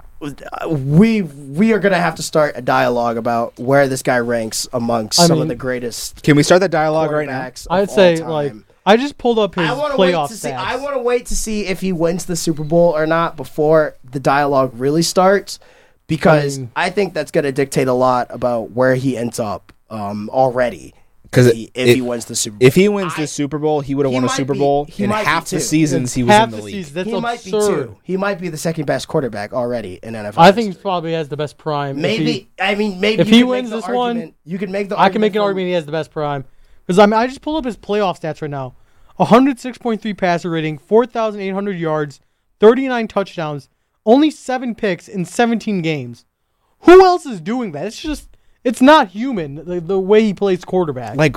we we are going to have to start a dialogue about where this guy ranks amongst
I
some of
mean-
the greatest
Can we start that dialogue right now?
quarterbacks of
I'd
all
say
time.
like I just pulled up his
I want to wait
playoff
to see.
stats.
I want to wait to see if he wins the Super Bowl or not before the dialogue really starts, because I,
I mean-
think that's going to dictate a lot about where he ends up um, already.
'Cause
if,
it-
he, if
it-
he wins the Super Bowl,
If he wins the Super Bowl, he would have
He
won a
might
Super
be-
Bowl
he
in
might be
half the
too.
seasons he was
half
in the,
the
league.
season. That's
he might be
absurd.
two. He might be the second best quarterback already in NFL.
I think he
history.
probably has the best prime. If
maybe.
he-
I mean, maybe
if
you
he
could make
wins
the
this one,
argument- you can make the.
I can make an
for-
argument he has the best prime because I mean I just pulled up his playoff stats right now: 106.3 passer rating, 4,800 yards, 39 touchdowns, only seven picks in 17 games. Who else is doing that? It's just it's not human the, the way he plays quarterback.
Like,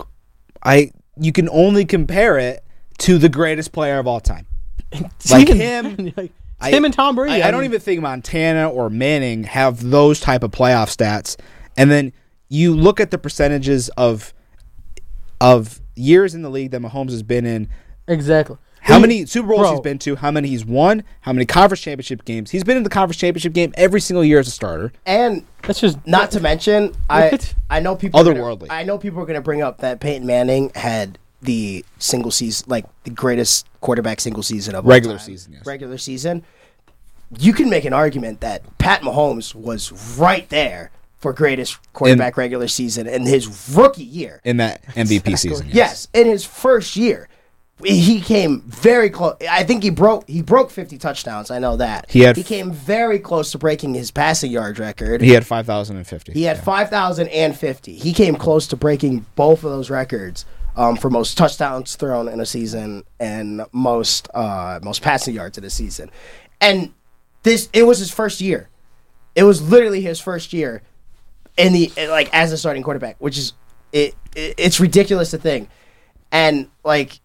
I you can only compare it to the greatest player of all time.
It's
like
even-
him,
like, it's
I-
him and Tom Brady.
I, I don't
mean,
even think Montana or Manning have those type of playoff stats. And then you look at the percentages of of years in the league that Mahomes has been in.
exactly.
How
He-
many Super Bowls
Mm. bro,
he's been to? How many he's won? How many conference championship games? He's been in the conference championship game every single year as a starter.
and
That's just
Not to mention, I
What?
I know people are gonna-
Otherworldly.
I know people are going to bring up that Peyton Manning had the single season, like the greatest quarterback single season of all
Regular
time.
season, yes.
Regular season. you can make an argument that Pat Mahomes was right there for greatest quarterback regular season in his rookie year.
in that MVP season.
Yes, in his first year, he came very close. I think he broke he broke fifty touchdowns. I know that
He had-
he came very close to breaking his passing yard record.
He had 5,050.
He had 5,050. He came close to breaking both of those records um, for most touchdowns thrown in a season and most uh, most passing yards in a season. And this it was his first year. It was literally his first year in the like as a starting quarterback, which is it, it it's ridiculous to think. And like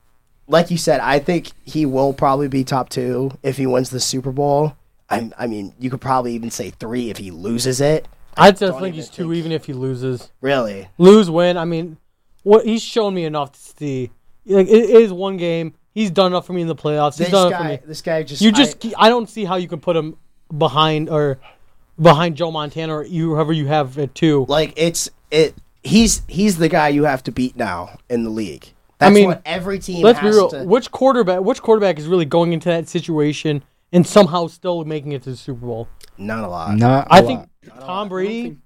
like you said, I think he will probably be top two if he wins the Super Bowl. I, I mean, you could probably even say three if he loses it.
I just think he's two, even if he loses.
Really?
Lose, win. I mean, what he's shown me enough to see. Like it is one game. He's done enough for me in the playoffs. He's
This
done enough for me.
guy, this guy just
You just I, don't see how you can put him behind or behind Joe Montana or you, whoever you have at two.
I- like it's it. He's he's the guy you have to beat now in the league. That's
mean,
what every team.
Let's be
has
real.
To,
Which quarterback? Which quarterback is really going into that situation and somehow still making it to the Super Bowl?
not a lot.
Not
I
a
think
lot.
Tom Brady.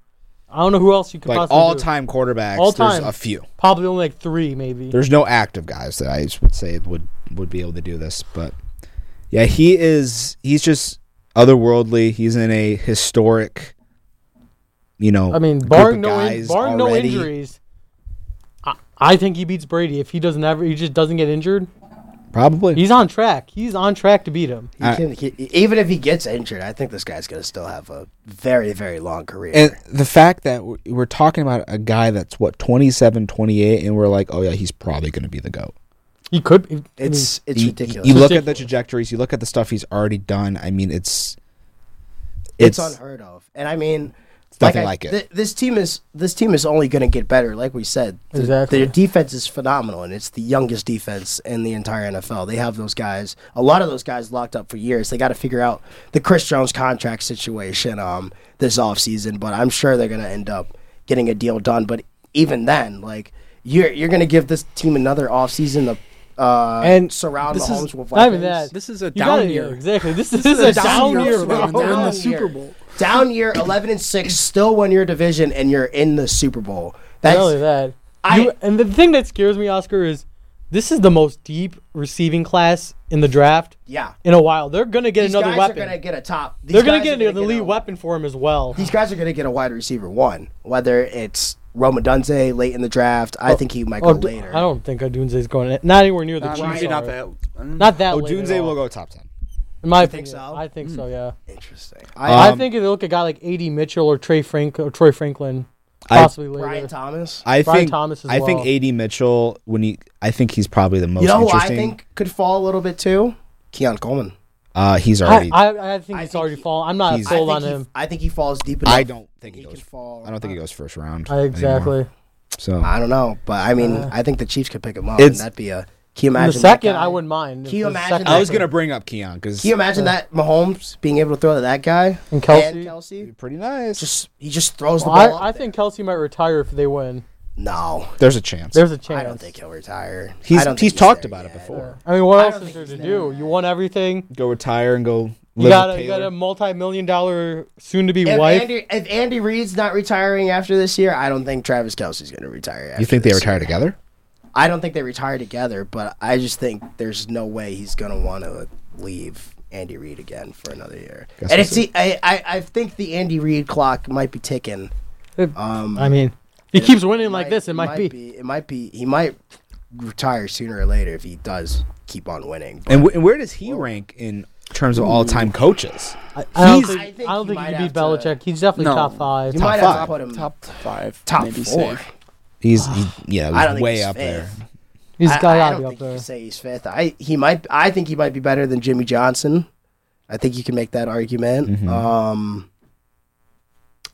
I don't know who else you could
like
possibly do.
all time quarterbacks,
All time.
there's a few.
Probably only like three, maybe.
There's no active guys that I would say would would be able to do this, but yeah, he is he's just otherworldly. He's in a historic you know,
I mean,
group
barring
of
no, in,
guys
barring no
already.
injuries, I, I think he beats Brady. If he doesn't ever, he just doesn't get injured.
Probably.
He's on track. He's on track to beat him.
You can, he- even if he gets injured, I think this guy's gonna still have a very very long career.
and the fact that we're- we're talking about a guy that's what 27 28 and we're like oh yeah he's probably going to be the goat
He could. be- I mean,
it's it's
you,
ridiculous.
you look at the
Ridiculous.
trajectories you look at the stuff he's already done i mean it's
it's, unheard of. And I mean,
nothing
I-
like it.
thi- this team is this team is only going to get better. Like we said, The-
Exactly.
Their defense is phenomenal, and it's the youngest defense in the entire NFL. They have those guys, a lot of those guys locked up for years. They got to figure out the Chris Jones contract situation um this offseason, but I'm sure they're going to end up getting a deal done. But even then, like you're you're going to give this team another offseason to. Uh,
And
surround
this
Mahomes
is-
with weapons.
not even that.
This is a
You gotta-
down year.
Exactly. This, is, a down, year.
for them,
bro.
and They're in
Down
the
year.
Super Bowl.
down year 11 and 6 still win your division and you're in the super bowl that's
Not only that.
I-
you, and the thing that scares me, Oscar, is this is the most deep receiving class in the draft
yeah
in a while. They're gonna get
these
another
guys
weapon.
are gonna get a top these
They're gonna
guys
get
are
an elite
a-
weapon for him as well.
these guys are gonna get a wide receiver one whether it's Roma Dunze late in the draft I think he might go
Oh, d-
later
I don't think Odunze's going in- not anywhere near the
Not,
Chiefs.
maybe
are.
not that.
Not that. late at
odunze
all.
will go top 10
In my
think
opinion,
so?
I think so. Yeah.
interesting
Uh,
I,
I
Um,
think if they look at a guy like A.D. Mitchell or Trey Frank or Troy Franklin,
I-
possibly later.
Brian Thomas
i
Brian
think
Thomas as
i think
well.
ad mitchell when he i think he's probably the most
you know who I
interesting
think could fall a little bit too Keon Coleman
uh he's
I,
already i,
I, I think
I
it's
think
already
he-
fallen. I'm not
he's- I
sold
I
on
think he,
him.
I think he falls deep enough
don't think he,
he
goes
could fall Uh,
i don't think he goes first round
I, exactly.
anymore.
In
so
I don't know but I mean I think the Chiefs could pick him up and
It's-
that'd be a can you
Uh. the
imagine that
second,
guy?
I wouldn't mind.
Can you
The
imagine
second-
that?
i was going to bring up keon because
Can you imagine that Mahomes being able to throw to that guy
And Kelsey?
And Kelsey?
pretty nice
Just he just throws
Well,
the ball.
I, I
up there.
think Kelsey might retire if they win.
no,
there's a chance
There's a chance.
I don't think he'll retire.
He's
I don't think
he's talked
there
about it
yet.
before.
I mean, what
I
else
don't
is there
think
to
he's
do? You won everything.
Go retire and go.
You
Live
got,
with
a, you got
Taylor.
a multi-million dollar soon-to-be
If
wife.
Andy, if Andy Reid's not retiring after this year, I don't think Travis Kelsey's going to retire. After
you think they
this
retire
year.
together?
I don't think they retire together, but I just think there's no way he's going to want to leave Andy Reid again for another year.
Guess
and
we'll
it's the, I, I I think the Andy Reid clock might be ticking.
It-
Um,
I mean, he keeps winning like this. It might, be.
It might be. He might retire sooner or later if he does keep on winning. But
And, wh- and where does he rank in terms of all-time coaches?
I, I don't
He's-
think,
I
I
think
don't
he
think
might
he
have
beat
to-
Belichick. He's definitely
No.
top five.
you might
five.
have to put him top.
Top five.
Top
maybe
four.
safe.
He's he, yeah,
I don't
he's
think
way
he's
up there.
fifth.
He's
I, I
got to
don't
be
think
up
you
there.
can say he's fifth. I he might. I think he might be better than Jimmy Johnson. I think you can make that argument.
Mm-hmm.
Um,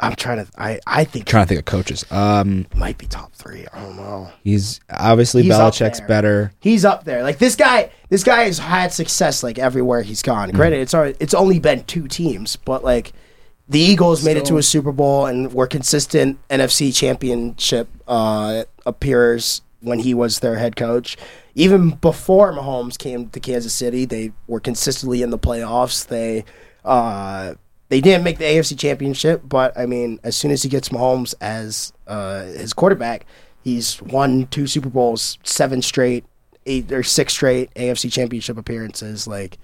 I'm trying to. I I think
trying to think of coaches. Um,
he might be top three. I don't know.
he's obviously
He's up
Belichick's
there.
better.
He's up there. Like this guy. This guy has had success like everywhere he's gone. Granted, it's already, it's only been two teams, but like. The Eagles made it to a Super Bowl and were consistent NFC championship uh, appearers when he was their head coach. Even before Mahomes came to Kansas City, they were consistently in the playoffs. They Uh, they didn't make the AFC Championship, but I mean, as soon as he gets Mahomes as uh, his quarterback, he's won two Super Bowls, seven straight, eight or six straight AFC Championship appearances. Like,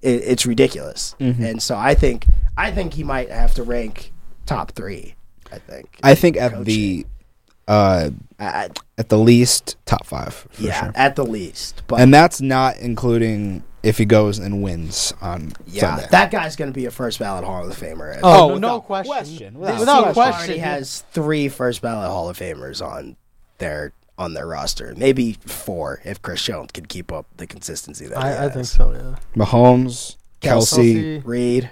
it, it's ridiculous.
Mm-hmm.
And so I think I think he might have to rank top three. I think.
I think at the uh, at, at the least top five. For
yeah,
sure.
at the least. But
and that's not including if he goes and wins on
yeah,
Sunday.
that guy's going to be a first ballot Hall of Famer.
Oh, no,
without
no question.
question,
Without,
without
team
question.
already has three first ballot Hall of Famers on their on their roster. Maybe four if Chris Jones can keep up the consistency that he
I, I
has.
think so. Yeah.
Mahomes,
Kelsey.
Kelsey,
Reed,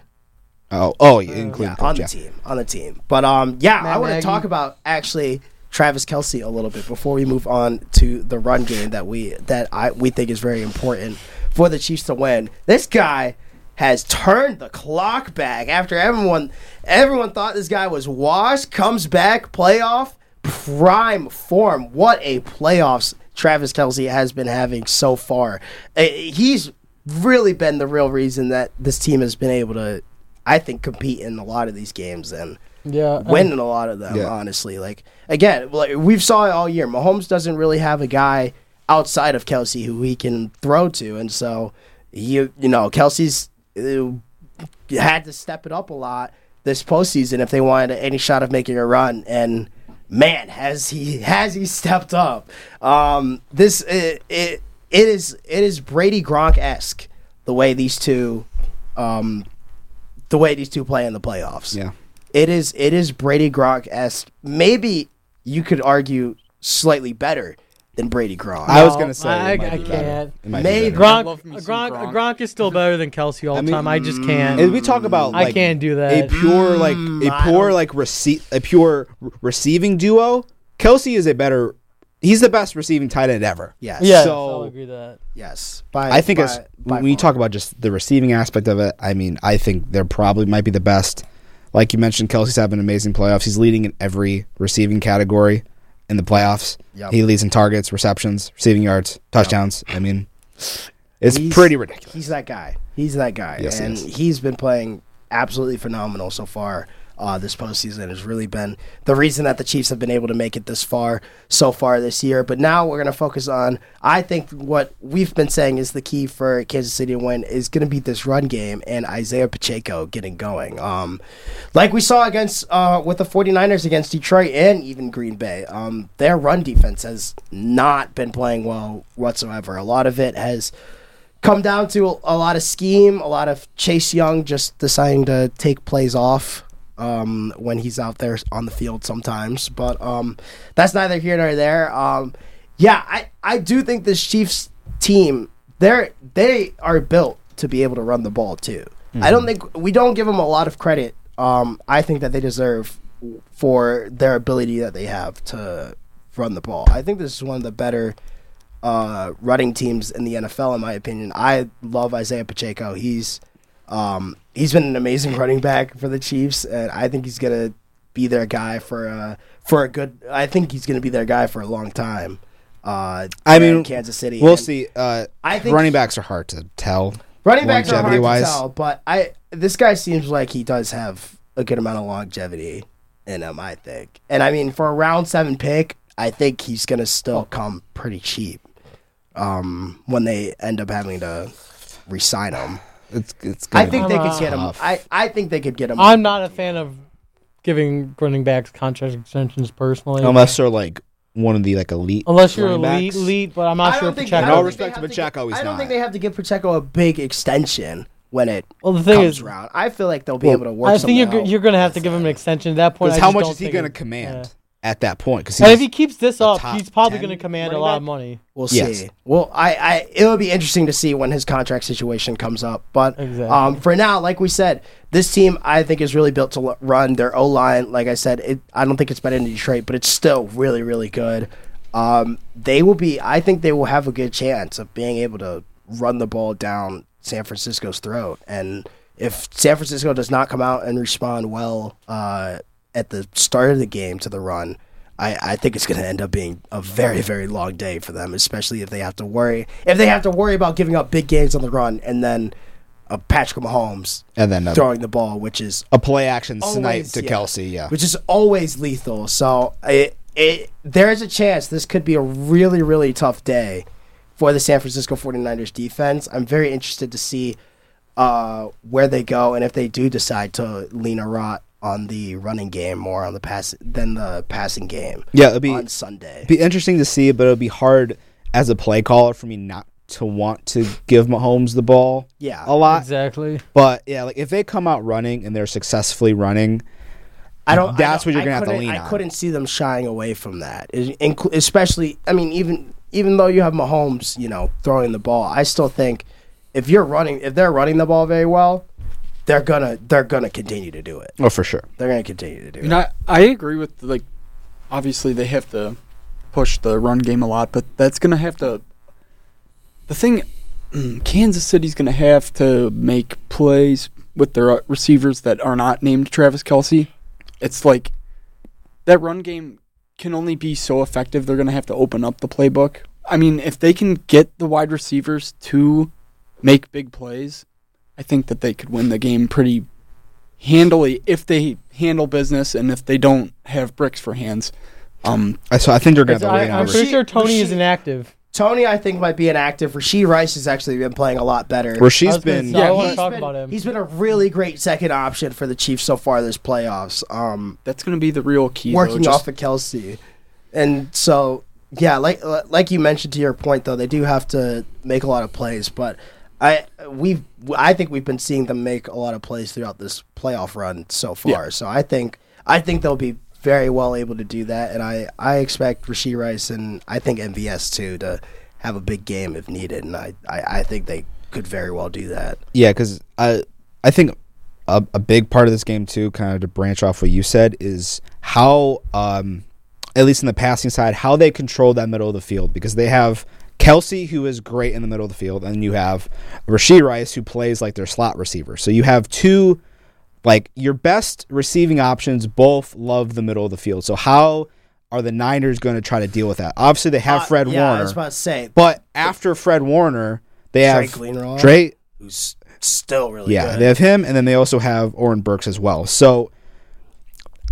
oh, oh, yeah, including
yeah,
Coach,
on the
yeah.
team, on the team. But um, yeah,
Matt
I want to
Nagy.
talk about actually Travis Kelsey a little bit before we move on to the run game that we that I we think is very important for the Chiefs to win. This guy has turned the clock back after everyone everyone thought this guy was washed. Comes back playoff prime form. What a playoffs Travis Kelsey has been having so far. Uh, He's really been the real reason that this team has been able to I think compete in a lot of these games and
Yeah, and-
win in a lot of them.
Yeah.
Honestly, like again, like, we've saw it all year. Mahomes doesn't really have a guy outside of Kelsey who he can throw to, and so you you know Kelsey's uh, had to step it up a lot this postseason if they wanted any shot of making a run. And man, has he has he stepped up? Um, this it, it it is it is Brady Gronk esque the way these two. Um, the way these two play in the playoffs.
Yeah.
It is it is Brady Gronk esque. Maybe you could argue slightly better than Brady Gronk.
I was
No,
gonna say
Uh, I-
it might
I
be better.
can't.
It might be
May
better.
Gronk,
love me
Gronk,
some
Gronk.
Gronk.
is still better than Kelsey all the
mean,
time. I just can't.
And we talk about
I
like,
can't do that. Mm,
a pure like a poor like receipt a pure re- receiving duo. Kelsey is a better. He's the best receiving tight end ever.
yes.
yeah,
so-
I'll agree with that.
Yes. By,
I think
by-
it's
by
when you
far.
talk about just the receiving aspect of it. I mean, I think they're probably might be the best. Like you mentioned, Kelsey's having amazing playoffs. He's leading in every receiving category in the playoffs.
Yep.
He leads in targets, receptions, receiving yards, touchdowns. I mean, it's
He's-
pretty ridiculous.
He's that guy. He's that guy.
Yes, he
and
is.
he's been playing absolutely phenomenal so far. Uh, this postseason has really been the reason that the Chiefs have been able to make it this far so far this year. But now we're going to focus on, I think, what we've been saying is the key for Kansas City to win is going to be this run game and Isaiah Pacheco getting going. Um, like we saw against uh, with the 49ers against Detroit and even Green Bay, um, their run defense has not been playing well whatsoever. A lot of it has come down to a, a lot of scheme, a lot of Chase Young just deciding to take plays off um, when he's out there on the field sometimes. But um, that's neither here nor there. Um, yeah, I, I do think this Chiefs team they're they are built to be able to run the ball too. I don't think we don't give them a lot of credit. Um, I think that they deserve for their ability that they have to run the ball. I think this is one of the better uh, running teams in the NFL, in my opinion. I love Isaiah Pacheco. He's um, he's been an amazing running back for the Chiefs, and I think he's gonna be their guy for uh, for a good. I think he's gonna be their guy for a long time. Uh,
I
there in
mean,
Kansas City.
We'll
And
see. Uh,
I think-
running backs are hard to tell.
Running backs are hard to
Longevity-wise.
tell, but I this guy seems like he does have a good amount of longevity in him. I think, and I mean for a round seven pick, I think he's gonna still come pretty cheap. Um, when they end up having to resign him,
It's it's.
I
gonna
think
be
they could get him.
tough.
I, I think they could get him.
I'm not a fan of giving running backs contract extensions personally,
unless they're like one of the like elite.
unless you're
running
elite,
backs.
elite. But I'm not
I
sure
don't
if
think. I
Pacheco.
don't
No
think
respect
they
to
have give-
Pacheco, he's
I don't think
not.
they have to give Pacheco a big extension when it
well, the thing
comes
is,
around. I feel like they'll be able to work.
I think you're
something
go-
out.
you're gonna have to give him an extension at that point. I
Because how
just
much
don't
is he
think
going to
it-
command
yeah.
at that point? Because
And if he keeps this up,
top
he's probably
10
gonna command a
running
lot
back?
of money.
We'll
Yes.
see. Well, I, I it will be interesting to see when his contract situation comes up. But
Exactly.
um, for now, like we said, this team I think is really built to l- run their O line. Like I said, it, I don't think it's better than Detroit, but it's still really really good. Um, they will be. I think they will have a good chance of being able to run the ball down San Francisco's throat. And if San Francisco does not come out and respond well uh, at the start of the game to the run, I, I think it's going to end up being a very very long day for them, especially if they have to worry if they have to worry about giving up big games on the run and then of Patrick Mahomes
And then uh, a,
throwing the ball, which is
a play action snipe
Always,
to
yeah.
Kelsey. Yeah.
which is always lethal. So it, it there is a chance this could be a really really tough day for the San Francisco 49ers defense. I'm very interested to see uh, where they go and if they do decide to lean a lot on the running game more on the pass than the passing game
Yeah, it'll be
on Sunday.
be interesting to see, but it'll be hard as a play caller for me not to want to give Mahomes the ball.
Yeah.
a lot.
Exactly.
But yeah, like if they come out running and they're successfully running,
I don't.
That's
I don't-
what you're
I
gonna have to
couldn't-
lean
I
on.
couldn't see them shying away from that, Is- inclu- especially. I mean, even even though you have Mahomes, you know, throwing the ball, I still think if you're running, if they're running the ball very well, they're gonna they're gonna continue to do it.
oh for sure.
They're gonna continue to do
And
it.
I, I agree with like, obviously they have to push the run game a lot, but that's gonna have to. The thing, mm, Kansas City's gonna have to make plays with their uh, receivers that are not named Travis Kelsey. It's like that run game can only be so effective. They're gonna have to open up the playbook. I mean, if they can get the wide receivers to make big plays, I think that they could win the game pretty handily if they handle business and if they don't have bricks for hands. Um,
I- So I think they're gonna
It's-
have to
I,
lean
am
on.
Rasheed-
pretty sure Tony is
Rasheed-
inactive.
Tony, I think, might be inactive. Rashid Rice has actually been playing a lot better. Uh,
Where
I
she's
was gonna
been
say, I
Yeah,
want to
He's
talk
been-
about him.
He's been a really great second option for the Chiefs so far this playoffs. Um,
that's going to be the real key. though,
working
just-
off of Kelsey, and so yeah, like like you mentioned to your point though, they do have to make a lot of plays, but I we've I think we've been seeing them make a lot of plays throughout this playoff run so far. So I think I think they'll be very well able to do that, and I I expect Rasheed Rice and I think MVS too to have a big game if needed, and I I, I think they could very well do that.
Yeah, because I I think a, a big part of this game too, kind of to branch off what you said, is how um at least in the passing side, how they control that middle of the field because they have Kelsey who is great in the middle of the field, and you have Rasheed Rice who plays like their slot receiver. So you have two like your best receiving options both love the middle of the field. So how are the Niners going to try to deal with that? Obviously they have Fred
Uh, yeah,
Warner.
I was about to say,
but after Fred Warner, they
Drake
have
Greenlaw.
Drake
who's still really
yeah,
good.
they have him, and then they also have Oren Burks as well. So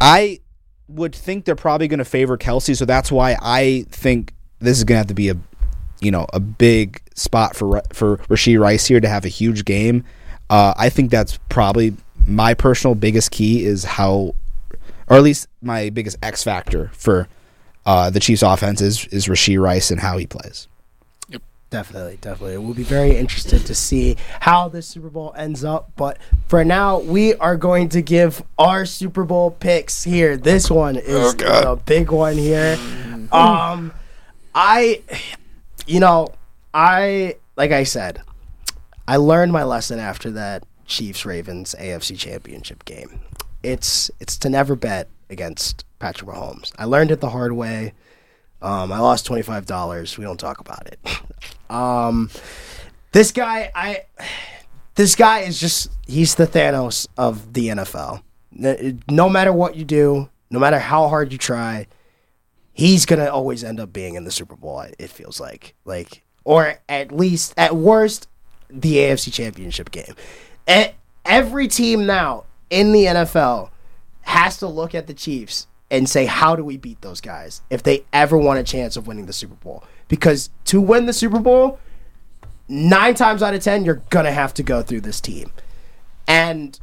I would think they're probably going to favor Kelsey. So that's why I think this is going to have to be a you know a big spot for Ra- for Rasheed Rice here to have a huge game. Uh, I think that's probably my personal biggest key is how, or at least my biggest X factor for uh, the Chiefs' offense is is Rasheed Rice and how he plays.
Definitely, definitely. We'll be very interested to see how this Super Bowl ends up. But for now, we are going to give our Super Bowl picks here. This one is the big one here. Um, I, you know, I like I said, I learned my lesson after that Chiefs Ravens AFC Championship game. It's it's to never bet against Patrick Mahomes. I learned it the hard way. Um, I lost twenty five dollars. We don't talk about it. um, this guy, I, this guy is just he's the Thanos of the NFL. N- No matter what you do, no matter how hard you try, he's gonna always end up being in the Super Bowl. it- It feels like, like, or at least at worst, the AFC Championship game. E- every team now in the NFL has to look at the Chiefs and say, how do we beat those guys if they ever want a chance of winning the Super Bowl? Because to win the Super Bowl, nine times out of ten, you're gonna have to go through this team. And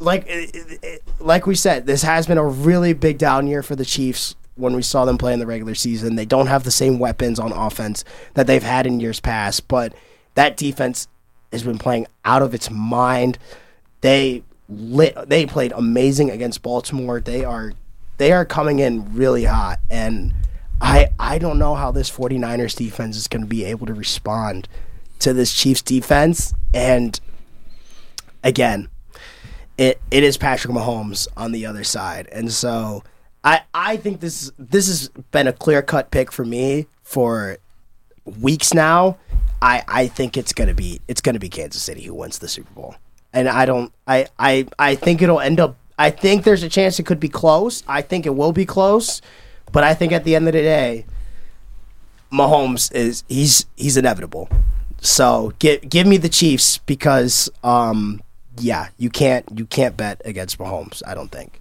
like it- it- it- like we said, this has been a really big down year for the Chiefs when we saw them play in the regular season. They don't have the same weapons on offense that they've had in years past, but that defense has been playing out of its mind. They lit they played amazing against Baltimore. They are they are coming in really hot and I I don't know how this 49ers defense is going to be able to respond to this Chiefs defense and again it it is Patrick Mahomes on the other side, and so I I think this this has been a clear cut pick for me for weeks now. I I think it's gonna be it's gonna be Kansas City who wins the Super Bowl, and I don't I I I think it'll end up. I think there's a chance it could be close. I think it will be close, but I think at the end of the day, Mahomes is he's he's inevitable. So give give me the Chiefs because um yeah, you can't you can't bet against Mahomes, I don't think.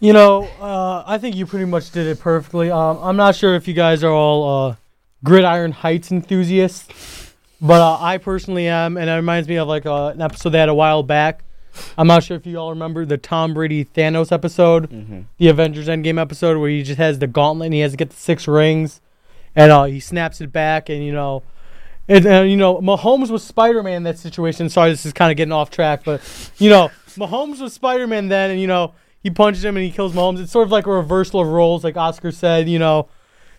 You know, uh, I think you pretty much did it perfectly. Um, I'm not sure if you guys are all uh, gridiron heights enthusiasts, but uh, I personally am, and it reminds me of like uh, an episode they had a while back. I'm not sure if you all remember the Tom Brady Thanos episode, the Avengers Endgame episode, where he just has the gauntlet and he has to get the six rings, and uh, he snaps it back, and you know. And, uh, you know, Mahomes was Spider Man in that situation. Sorry, this is kind of getting off track, but you know, Mahomes was Spider Man then, and you know, he punches him and he kills Mahomes. It's sort of like a reversal of roles, like Oscar said. You know,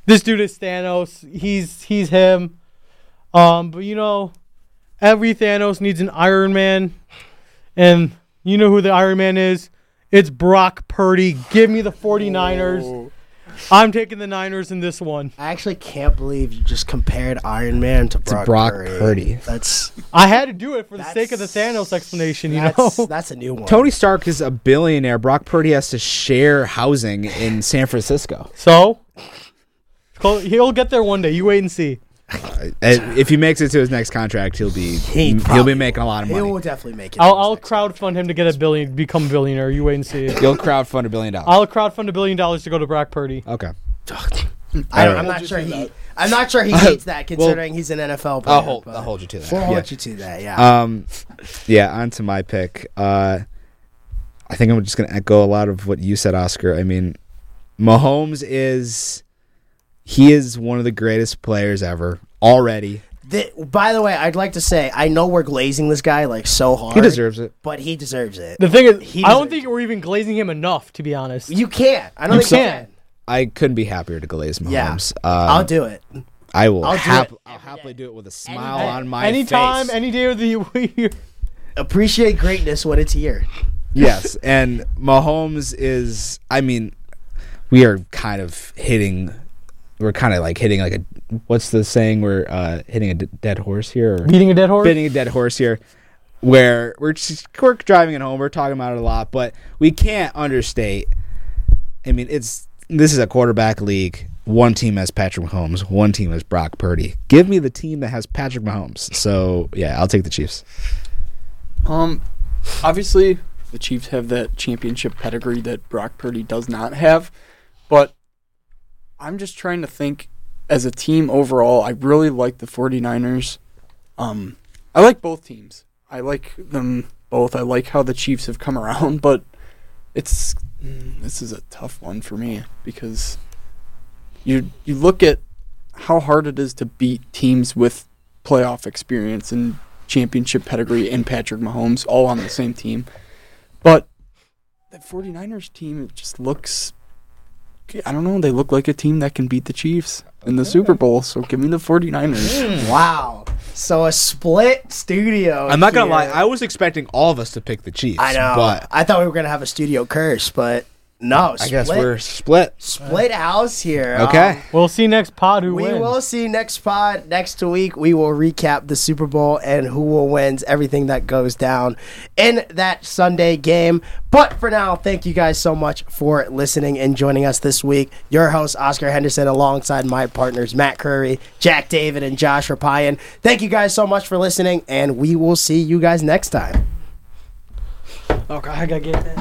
this dude is Thanos. He's he's him. Um, but you know, every Thanos needs an Iron Man, and you know who the Iron Man is? It's Brock Purdy. Give me the 49ers. I'm taking the Niners in this one.
I actually can't believe you just compared Iron Man to Brock,
Brock
Purdy.
Purdy.
That's
I had to do it for the sake of the
That's-
Thanos explanation, you
that's,
know.
that's a new one.
Tony Stark is a billionaire. Brock Purdy has to share housing in San Francisco.
So, Col- he'll get there one day. You wait and see.
And if he makes it to his next contract, he'll be
He
he will
probably
be making a lot of
He
money.
will definitely make it.
I'll, I'll crowdfund him to get a billion, become billionaire. You wait and see.
He'll crowdfund a billion dollars.
I'll crowdfund a billion dollars to go to Brock Purdy.
okay.
I don't,
Alright.
I'm not sure he. I'm not sure he hates that, considering he's an NFL player.
I'll hold,
but
I'll hold you to that.
We'll
yeah.
hold you to that. Yeah.
Um, yeah, on to my pick. Uh, I think I'm just going to echo a lot of what you said, Oscar. I mean, Mahomes is he is one of the greatest players ever already.
Th- by the way, I'd like to say I know we're glazing this guy like so hard.
He deserves it.
but he deserves it.
The thing is,
He
I don't
deserves
think we're even glazing him enough, to be honest.
You can't. I don't
You
think you
can't.
can.
I couldn't be happier to glaze
Yeah.
Mahomes.
I'll
Uh,
do it.
I will.
I'll do
hap-
it
I'll
every
happily do it with a smile
Anytime.
on my
Anytime,
face.
any day of the year.
Appreciate greatness when it's here.
Yes, and Mahomes is. I mean, we are kind of hitting. We're kind of like hitting like a. What's the saying? We're uh, hitting a d- dead horse here. Or
Beating a dead horse?
beating a dead horse here. Where we're just we're driving it home. We're talking about it a lot, but we can't understate. I mean, it's this is a quarterback league. One team has Patrick Mahomes. One team has Brock Purdy. Give me the team that has Patrick Mahomes. So yeah, I'll take the Chiefs.
Um, obviously, the Chiefs have that championship pedigree that Brock Purdy does not have, but I'm just trying to think as a team overall. I really like the 49ers. Um, I like both teams. I like them both. I like how the Chiefs have come around, but it's mm, this is a tough one for me because you you look at how hard it is to beat teams with playoff experience and championship pedigree and Patrick Mahomes all on the same team. But the 49ers team it just looks I don't know, they look like a team that can beat the Chiefs in the Super Bowl, so give me the 49ers.
Wow. So a split studio.
Hmm. I'm not gonna
here.
lie. I was expecting all of us to pick the Chiefs.
I know.
but
I thought we were gonna have a studio curse, but no.
I guess we're split.
split house here.
Okay.
Um,
We'll see next pod who
We
wins.
will see next pod next week. We will recap the Super Bowl and who will wins everything that goes down in that Sunday game. But for now, thank you guys so much for listening and joining us this week. Your host Oscar Henderson, alongside my partners Matt Curry, Jack David, and Josh Rapayan. Thank you guys so much for listening, and we will see you guys next time.
Oh, God, I got to get that.